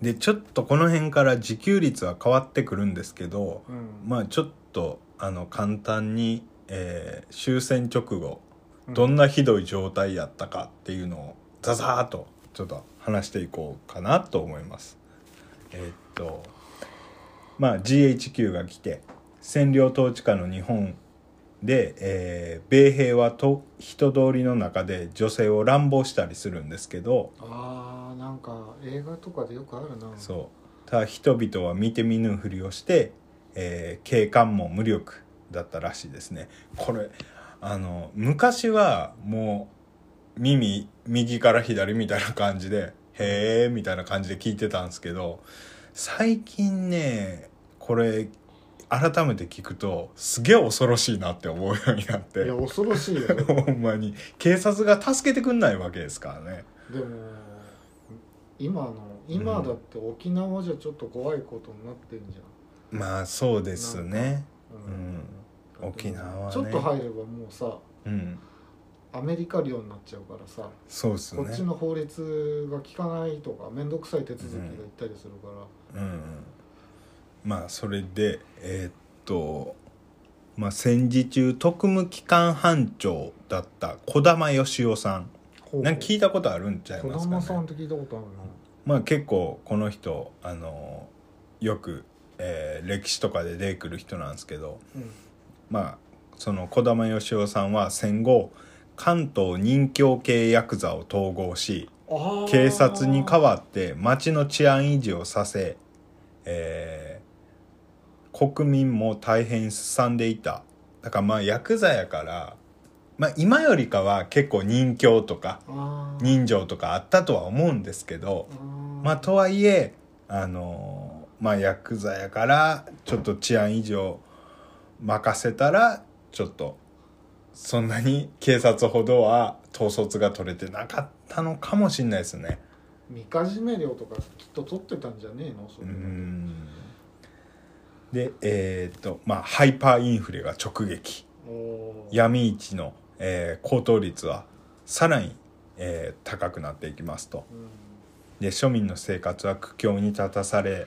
Speaker 2: でちょっとこの辺から自給率は変わってくるんですけど
Speaker 1: うんうん
Speaker 2: まあちょっとあの簡単に、えー終戦直後
Speaker 1: う
Speaker 2: どんなひどい状態やったかっていうのをザザーっとちょっと話していこうかなと思います。えーっとまあ GHQ が来て占領統治下の日本で、えー米兵はと人通りの中で女性を乱暴したりするんですけど
Speaker 1: あーなんか映画とかでよくあるな
Speaker 2: そうただ人々は見て見ぬふりをして、えー警官も無力だったらしいですねこれあの昔はもう耳右から左みたいな感じで「へえ」みたいな感じで聞いてたんですけど最近ねこれ改めて聞くとすげえ恐ろしいなって思うようになっ
Speaker 1: いや
Speaker 2: て
Speaker 1: 恐ろ
Speaker 2: [LAUGHS]
Speaker 1: しいよ
Speaker 2: ほんまに警察が助けてくんないわけですからね
Speaker 1: でも今の今だって沖縄じゃちょっと怖いことになってんじ
Speaker 2: まあそうですね
Speaker 1: ゃん、
Speaker 2: うん沖縄はね
Speaker 1: ちょっと入ればもうさ
Speaker 2: うん
Speaker 1: アメリカ領になっちゃうからさ、
Speaker 2: そうですね
Speaker 1: こっちの法律が効かないとか面倒くさい手続きがいったりするから、
Speaker 2: うんうん、まあそれでえーっと、まあ、戦時中特務機関班長だった児玉義雄さん
Speaker 1: ほう
Speaker 2: なんか聞いたことあるんちゃい
Speaker 1: 児
Speaker 2: ます
Speaker 1: 玉
Speaker 2: か
Speaker 1: さん
Speaker 2: ね
Speaker 1: って聞いたことあるな、
Speaker 2: まあ結構この人あのよく、えー歴史とかで出てくる人なんですけど
Speaker 1: うん
Speaker 2: まあその児玉義雄さんは戦後関東任侠系ヤクザを統合し
Speaker 1: あー
Speaker 2: 警察に代わって町の治安維持をさせ、えー国民も大変すさんでいただからまあヤクザやから、まあ、今よりかは結構人侠とか
Speaker 1: あー
Speaker 2: 人情とかあったとは思うんですけど
Speaker 1: あー
Speaker 2: まあとはいえあのーまあヤクザやからちょっと治安維持を任せたらちょっとそんなに警察ほどは統率が取れてなかったのかもしれないですね。
Speaker 1: みかじめ料とかきっと取ってたんじゃねえのそうれ、
Speaker 2: んでえーっとまあハイパーインフレが直撃
Speaker 1: おー
Speaker 2: 闇市の、えー高騰率はさらに、えー高くなっていきますと
Speaker 1: うん
Speaker 2: で庶民の生活は苦境に立たされ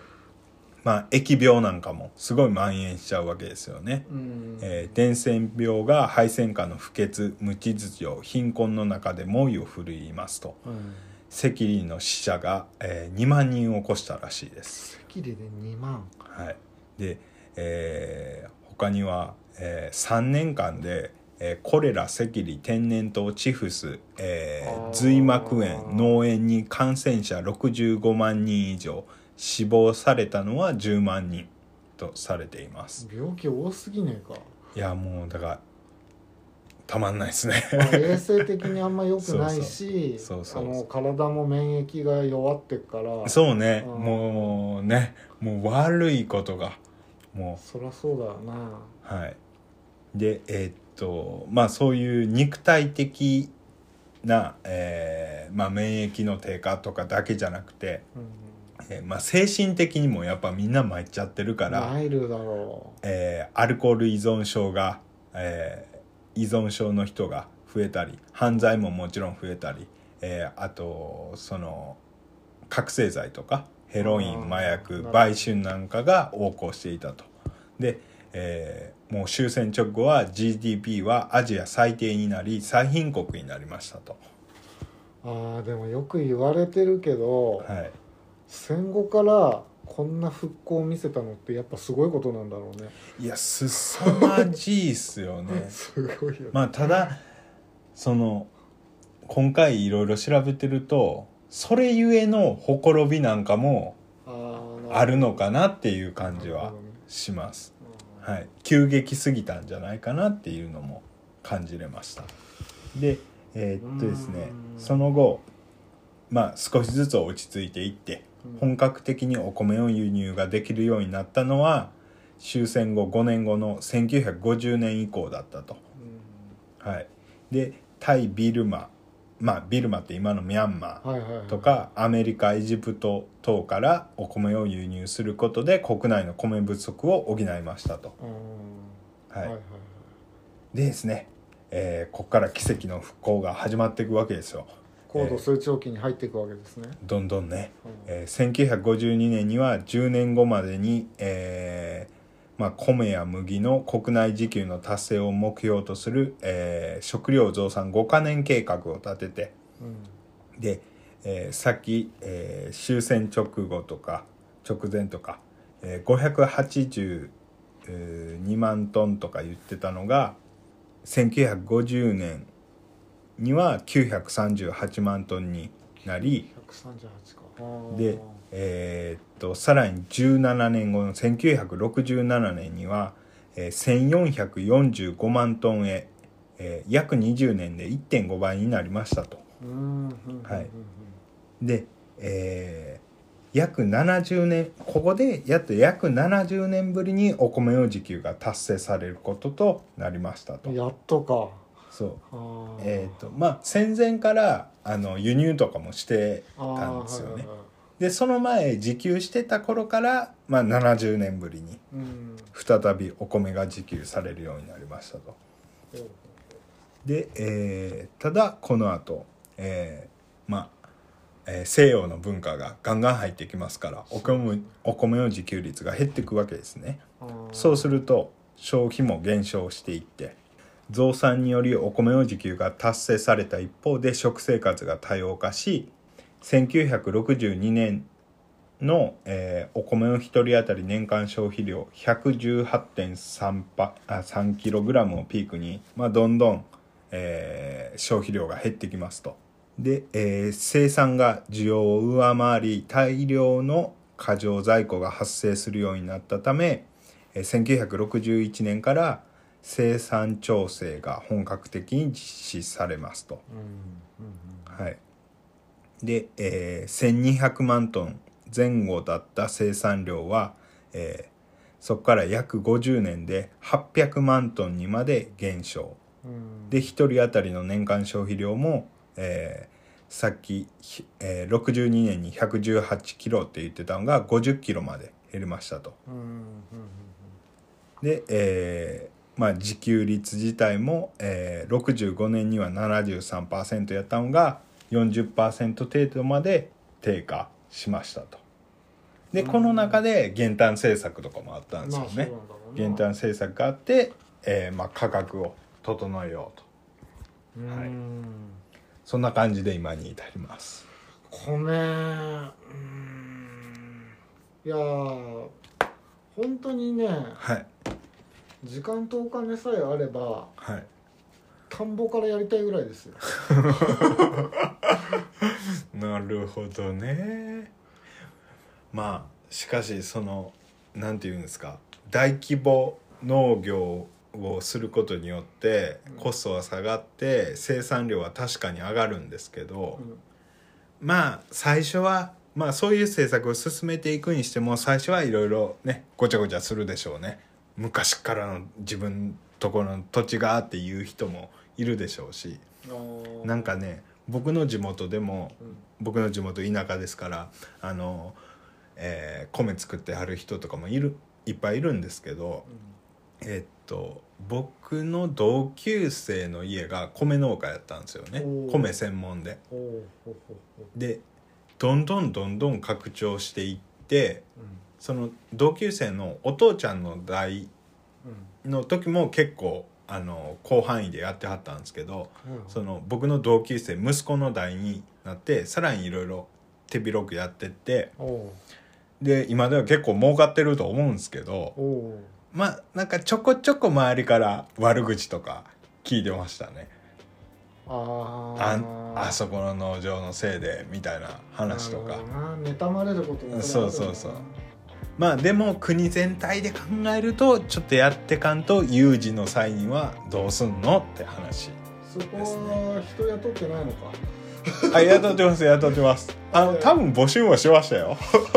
Speaker 2: まあ疫病なんかもすごい蔓延しちゃうわけですよね、
Speaker 1: うん
Speaker 2: えー伝染病が敗戦下の不潔無秩序貧困の中で猛威を振るいますと
Speaker 1: うん
Speaker 2: 赤痢の死者が、えー2万人を超したらしいです、
Speaker 1: キリで2万
Speaker 2: はい、で、えー他には、え3年間で、えーコレラ赤痢天然痘チフス、え
Speaker 1: あ
Speaker 2: ー
Speaker 1: ー
Speaker 2: 髄膜炎脳炎に感染者65万人以上死亡されたのは10万人とされています
Speaker 1: 病気多すぎねえか
Speaker 2: いやもうだからたまんないですね
Speaker 1: まあ衛生的にあんま良くないし
Speaker 2: [LAUGHS] そう
Speaker 1: あ
Speaker 2: そうそうそう
Speaker 1: の体も免疫が弱ってっから
Speaker 2: [LAUGHS] そうね
Speaker 1: うん
Speaker 2: もうねもう悪いことがもう
Speaker 1: そりゃそうだよな
Speaker 2: はい、でえーっとまあそういう肉体的な、えーまあ、免疫の低下とかだけじゃなくて、
Speaker 1: うん
Speaker 2: えーまあ、精神的にもやっぱみんな参っちゃってるから、
Speaker 1: マイルだろ
Speaker 2: えーアルコール依存症が、えー依存症の人が増えたり犯罪ももちろん増えたり、えーあとその覚醒剤とかヘロイ
Speaker 1: あー
Speaker 2: ン麻薬
Speaker 1: なるほど
Speaker 2: 売春なんかが横行していたと。で、えーもう終戦直後は GDP はアジア最低になり最貧国になりましたと。
Speaker 1: うあーでもよく言われてるけど、
Speaker 2: はい
Speaker 1: 戦後からこんな復興を見せたのってやっぱすごいことなんだろうね。
Speaker 2: いや凄まじいっすよね
Speaker 1: [LAUGHS] すごいよね、
Speaker 2: まあただその今回いろいろ調べてるとそれゆえのほころびなんかも
Speaker 1: あー
Speaker 2: あるのかなっていう感
Speaker 1: な
Speaker 2: じ
Speaker 1: る
Speaker 2: は
Speaker 1: ほどね
Speaker 2: します、
Speaker 1: うん
Speaker 2: はい、急激すぎたんじゃないかなっていうのも感じれましたでえーっとですね
Speaker 1: うん
Speaker 2: その後まあ少しずつ落ち着いていって
Speaker 1: うん
Speaker 2: 本格的にお米の輸入ができるようになったのは終戦後5年後の1950年以降だったと。はい、でタイビルマまあビルマって今のミャンマ
Speaker 1: うんはいはいはい
Speaker 2: ーとかアメリカエジプト等からお米を輸入することで国内の米不足を補いましたと、
Speaker 1: うん
Speaker 2: はい
Speaker 1: はいはい
Speaker 2: でですね、えーここから奇跡の復興が始まっていくわけですよ
Speaker 1: 高度成長期に入っていくわけですね、
Speaker 2: どんどんね、
Speaker 1: うん
Speaker 2: えー1952年には10年後までに、えーまあ、米や麦の国内自給の達成を目標とする、えー食料増産5カ年計画を立てて
Speaker 1: うん
Speaker 2: で、えーさっき、えー終戦直後とか直前とか、えー582万トンとか言ってたのが1950年には938万トンになり、
Speaker 1: 138かあー
Speaker 2: でえーっとさらに17年後の1967年には、えー1445万トンへ、えー約20年で1.5倍になりましたと。
Speaker 1: うんうん
Speaker 2: はいで、えー約70年ここでやっと約70年ぶりにお米の自給が達成されることとなりました
Speaker 1: う
Speaker 2: と
Speaker 1: んうんやっとか
Speaker 2: そう
Speaker 1: あー
Speaker 2: えっ、とまあ戦前からあの輸入とかもしてたんですよ
Speaker 1: あーはいはい
Speaker 2: ね
Speaker 1: はい
Speaker 2: でその前自給してた頃から、まあ、70年ぶりに
Speaker 1: うん
Speaker 2: 再びお米が自給されるようになりましたとで、えーただこの後、えーまあ、えー西洋の文化がガンガン入ってきますからお米お米の自給率が減っていくわけですね
Speaker 1: あー
Speaker 2: そうすると消費も減少していって増産によりお米の自給が達成された一方で食生活が多様化し1962年の、えーお米の1人当たり年間消費量118.3パあ3キログラムをピークに、まあ、どんどん、えー消費量が減ってきますと。で、えー生産が需要を上回り大量の過剰在庫が発生するようになったため、えー1961年から生産調整が本格的に実施されますと。
Speaker 1: うんうん
Speaker 2: はい、で、えー1200万トン前後だった生産量は、えーそこから約50年で800万トンにまで減少
Speaker 1: うんうん
Speaker 2: で1人当たりの年間消費量も、えーさっき、ひえー62年に118キロって言ってたのが50キロまで減りましたと。
Speaker 1: うんうんうん
Speaker 2: で、えーまあ、自給率自体も、えー、65年には73%やったのが40%程度まで低下しましたと。でこの中で減反政策とかもあったんですよね。減反政策があって、えーまあ、価格を整えようと
Speaker 1: うん、
Speaker 2: はいそんな感じで今に至ります。
Speaker 1: 米うんいやー本当にね
Speaker 2: はい
Speaker 1: 時間とお金さえあれば
Speaker 2: はい
Speaker 1: 田んぼからやりたいぐらいですよ
Speaker 2: なるほどねまあしかしそのなんていうんですか大規模農業をすることによってコストは下がって生産量は確かに上がるんですけど、まあ最初はまあそういう政策を進めていくにしても最初はいろいろねごちゃごちゃするでしょうね昔からの自分ところの土地がっていう人もいるでしょうし
Speaker 1: うん
Speaker 2: なんかね僕の地元でも
Speaker 1: うん
Speaker 2: 僕の地元田舎ですからあの、えー米作ってはる人とかもいるいっぱいいるんですけどえっと僕の同級生の家が米農家やったんですよね
Speaker 1: おー
Speaker 2: 米専門で。
Speaker 1: うんおうほうほうほう
Speaker 2: でどんどんどんどん拡張していって
Speaker 1: う
Speaker 2: その同級生のお父ちゃんの代
Speaker 1: ん
Speaker 2: の時も結構あの広範囲でやってはったんですけど
Speaker 1: うん
Speaker 2: その僕の同級生息子の代になってさらにいろいろ手広くやってって
Speaker 1: おう
Speaker 2: で今では結構儲かってると思うんですけど
Speaker 1: おう
Speaker 2: まあなんかちょこちょこ周りから悪口とか聞いてましたね
Speaker 1: あ
Speaker 2: あ
Speaker 1: ー
Speaker 2: あそこの農場のせいでみたいな話と
Speaker 1: な
Speaker 2: か
Speaker 1: るほどな妬まれることも
Speaker 2: そうそうそうまあでも国全体で考えるとちょっとやってかんと有事の際にはどうすんのって話
Speaker 1: そこは人雇ってないのか
Speaker 2: あ雇ってます雇ってますあの多分募集もしましたよ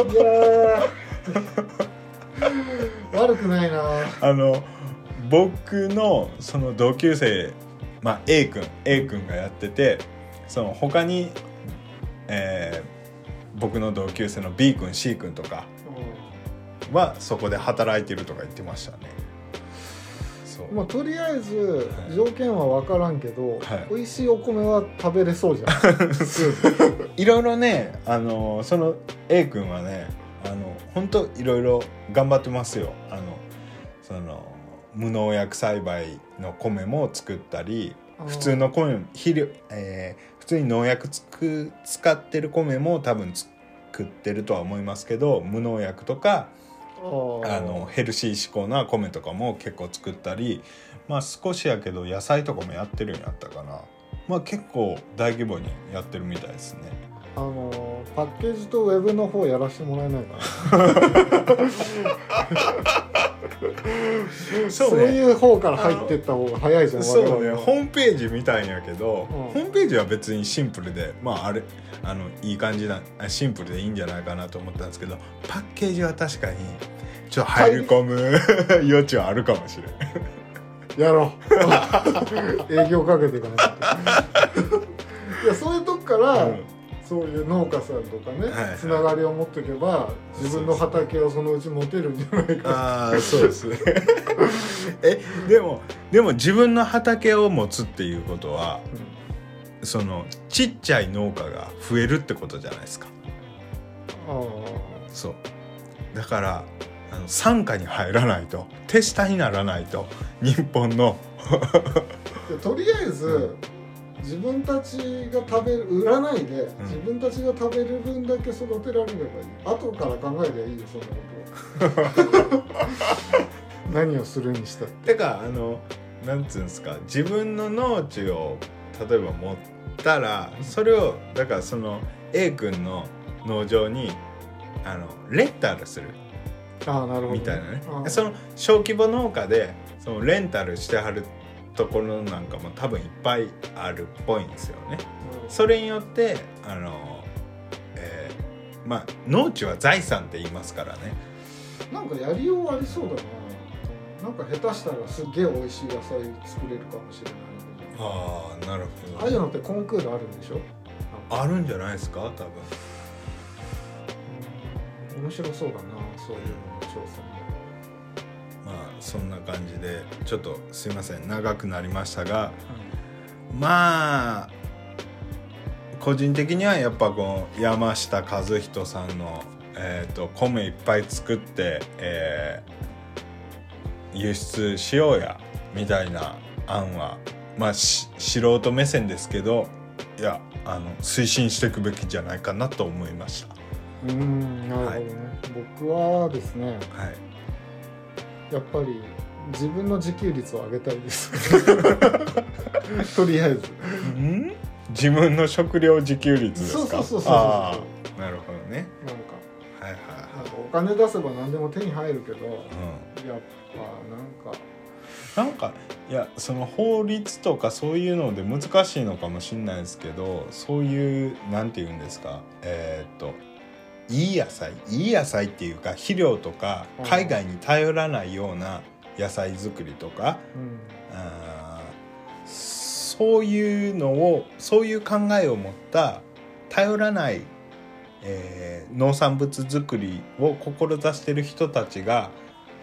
Speaker 1: いやー悪くないな
Speaker 2: あの僕のその同級生、まあ、A 君 A 君がやっててその他に、えー僕の同級生の B 君 C 君とかはそこで働いてるとか言ってましたねそう
Speaker 1: まあとりあえず
Speaker 2: はい
Speaker 1: 条件は分からんけど、
Speaker 2: はい
Speaker 1: 美味しいお米は食べれそうじゃん
Speaker 2: [LAUGHS]
Speaker 1: 普通
Speaker 2: いろいろねあのその A 君はねあの本当いろいろ頑張ってますよあのその無農薬栽培の米も作ったり普通の米肥料、えー普通に農薬つく使ってる米も多分作ってるとは思いますけど無農薬とかあのヘルシー志向な米とかも結構作ったりまあ少しやけど野菜とかもやってるようになったかなまあ結構大規模にやってるみたいですね
Speaker 1: あのパッケージとウェブの方やらせてもらえないかなそう,、いう方から入ってった方が早いじゃん
Speaker 2: そう
Speaker 1: 我
Speaker 2: ね
Speaker 1: 々
Speaker 2: ホームページみたいんやけど、
Speaker 1: うん
Speaker 2: ホームページは別にシンプルでまああれあのいい感じなあシンプルでいいんじゃないかなと思ったんですけどパッケージは確かにちょっと入り込む [LAUGHS] 余地はあるかもしれない
Speaker 1: やろう [LAUGHS] 営業かけていかないといやそういうとこから、そういう農家さんとかね、
Speaker 2: はいはい
Speaker 1: つながりを持っておけば自分の畑をそのうち持てるんじゃないか
Speaker 2: ああそうです [LAUGHS] ねえでもでも自分の畑を持つっていうことはそのちっちゃい農家が増えるってことじゃないですか
Speaker 1: ああ
Speaker 2: そうだからあの傘下に入らないと手下にならないと日本の
Speaker 1: でとりあえず、
Speaker 2: う
Speaker 1: 自分たちが食べる売らないで、
Speaker 2: ん
Speaker 1: 自分たちが食べる分だけ育てられればいい後から考えりゃいいよそんな
Speaker 2: [LAUGHS]
Speaker 1: ことは何をするにしたって
Speaker 2: てかあのなんつうんですか自分の農地を例えば持ったらそれをだからその A 君の農場にあのレンタルする
Speaker 1: ああなるほど
Speaker 2: みたいなね
Speaker 1: あ
Speaker 2: その小規模農家でそのレンタルしてはるところなんかも多分いっぱいあるっぽいんですよね。それによってあの、えーまあ農地は財産って言いますからね
Speaker 1: なんかやりようありそうだななんか下手したらすっげえ美味しい野菜作れるかもしれないけど
Speaker 2: ああなる
Speaker 1: ああいうのってコンクールあるんでしょ
Speaker 2: あるんじゃないですか多分
Speaker 1: 面白そうだなそういうのの調査も
Speaker 2: まそんな感じでちょっとすいません長くなりましたがまあ個人的にはやっぱこの山下和人さんの、えー、と米いっぱい作って、えー輸出しようやみたいな案はまあし素人目線ですけどいやあの推進していくべきじゃないかなと思いました。
Speaker 1: うんうんなるほどね、僕はですね
Speaker 2: はい
Speaker 1: やっぱり自分の自給率を上げたいですとりあえず
Speaker 2: ん自分の食料自給率ですか
Speaker 1: そうそうそうそうそうそう
Speaker 2: あーなるほどね
Speaker 1: なんか
Speaker 2: はいはい
Speaker 1: な
Speaker 2: は
Speaker 1: んかお金出せば何でも手に入るけど
Speaker 2: い、うん
Speaker 1: やっぱなんか
Speaker 2: なんかいやその法律とかそういうので難しいのかもしれないですけどそういうなんて言うんですかえーっといい野菜いい野菜っていうか肥料とか
Speaker 1: うん
Speaker 2: 海外に頼らないような野菜作りとか、
Speaker 1: うん
Speaker 2: あーそういうのをそういう考えを持った頼らない、えー農産物作りを志してる人たちが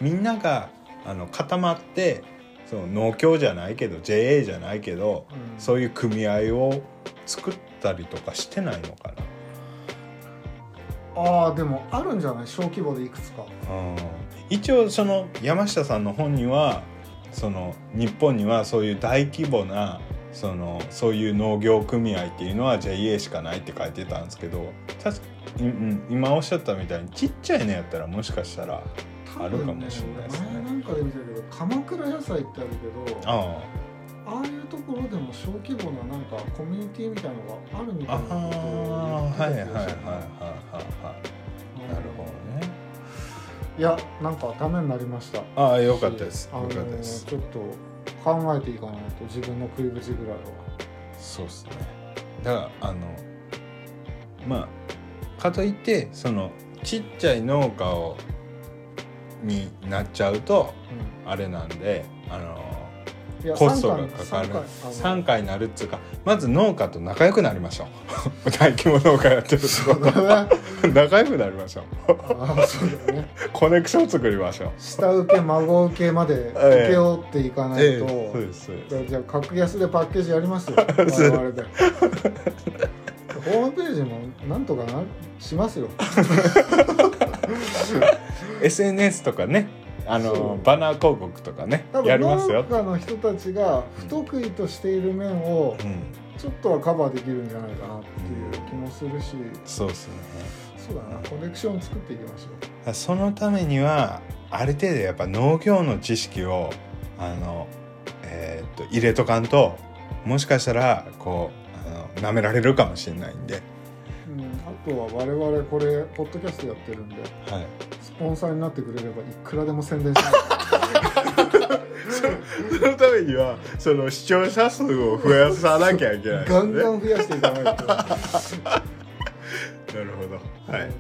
Speaker 2: みんながあの固まってその農協じゃないけど JA じゃないけど
Speaker 1: うん
Speaker 2: そういう組合を作ったりとかしてないのか
Speaker 1: ああでもあるんじゃない小規模でいくつか
Speaker 2: な、うん、一応その山下さんの本にはその日本にはそういう大規模なそのそういう農業組合っていうのは JA しかないって書いてたんですけど確か、うんうん、今おっしゃったみたいにちっちゃいのやったらもしかしたらあるかもしれないですね
Speaker 1: 前なんかで見たけど鎌倉野菜ってあるけどあ
Speaker 2: あ
Speaker 1: あいうところでも小規模ななんかコミュニティみたいなのがあるみ
Speaker 2: あ
Speaker 1: たい
Speaker 2: あ
Speaker 1: な
Speaker 2: あ
Speaker 1: ことを
Speaker 2: はいはい
Speaker 1: 言っ
Speaker 2: はい
Speaker 1: てた
Speaker 2: はいはい
Speaker 1: 気が
Speaker 2: はい
Speaker 1: す
Speaker 2: なるほどね
Speaker 1: いやなんかためになりました
Speaker 2: ああよかったです
Speaker 1: あ
Speaker 2: よ
Speaker 1: の
Speaker 2: かったです
Speaker 1: ちょっと考えていかないと自分の食い口ぐらいは
Speaker 2: そうっすねだからあのまあかといってそのちっちゃい農家をになっちゃうとあれなんであの
Speaker 1: いや
Speaker 2: コストがかか
Speaker 1: 三
Speaker 2: る
Speaker 1: 回
Speaker 2: 3回になるっつうかまず農家と仲良くなりましょう [LAUGHS] 大規模農家やって
Speaker 1: あ
Speaker 2: る
Speaker 1: のそうだね
Speaker 2: [LAUGHS] 仲良くなりましょう
Speaker 1: [LAUGHS] あそうだね
Speaker 2: コネクション作りましょう
Speaker 1: 下請け孫請けまで請け負っていかないと、
Speaker 2: [LAUGHS] ええそうですそうです
Speaker 1: じゃあ格安でパッケージやり
Speaker 2: [LAUGHS]
Speaker 1: ますよ我々でホームページもなんとかなしますよ
Speaker 2: SNS とかねあ
Speaker 1: そ
Speaker 2: の
Speaker 1: う
Speaker 2: バナー広告とかね
Speaker 1: 多分
Speaker 2: やりま
Speaker 1: 農
Speaker 2: すよ、
Speaker 1: 家の人たちが不得意としている面を
Speaker 2: うん、
Speaker 1: ちょっとはカバーできるんじゃないかなっていう気もするし、
Speaker 2: そうですね
Speaker 1: そうだなコネクション作っていきましょう
Speaker 2: そのためにはある程度やっぱ農業の知識をあの、えーっと入れとかんともしかしたらこうあの舐められるかもしれないんで、
Speaker 1: うん、あとは我々これポッドキャストやってるんで
Speaker 2: はい、
Speaker 1: スポンサーになってくれればいくらでも宣伝します
Speaker 2: そのためにはその視聴者数を増やさなきゃいけないですね
Speaker 1: ガンガン増やしていかない
Speaker 2: [LAUGHS]
Speaker 1: と
Speaker 2: なるほどはい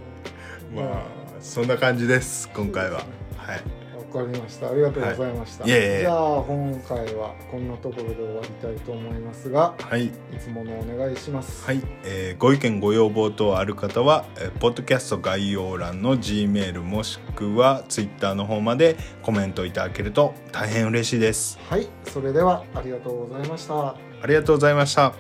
Speaker 2: ま
Speaker 1: ま
Speaker 2: あ
Speaker 1: あ
Speaker 2: そんな感じです今回は
Speaker 1: そうで
Speaker 2: はい
Speaker 1: わかりました。ありがとうございました。
Speaker 2: はいいえいえ
Speaker 1: じゃあ今回はこんなところで終わりたいと思いますが、
Speaker 2: はい
Speaker 1: いつものお願いします。
Speaker 2: はい、えーご意見ご要望等ある方は、えーポッドキャスト概要欄の G メールもしくは Twitter の方までコメントいただけると大変嬉しいです
Speaker 1: はい、それではありがとうございました。
Speaker 2: ありがとうございました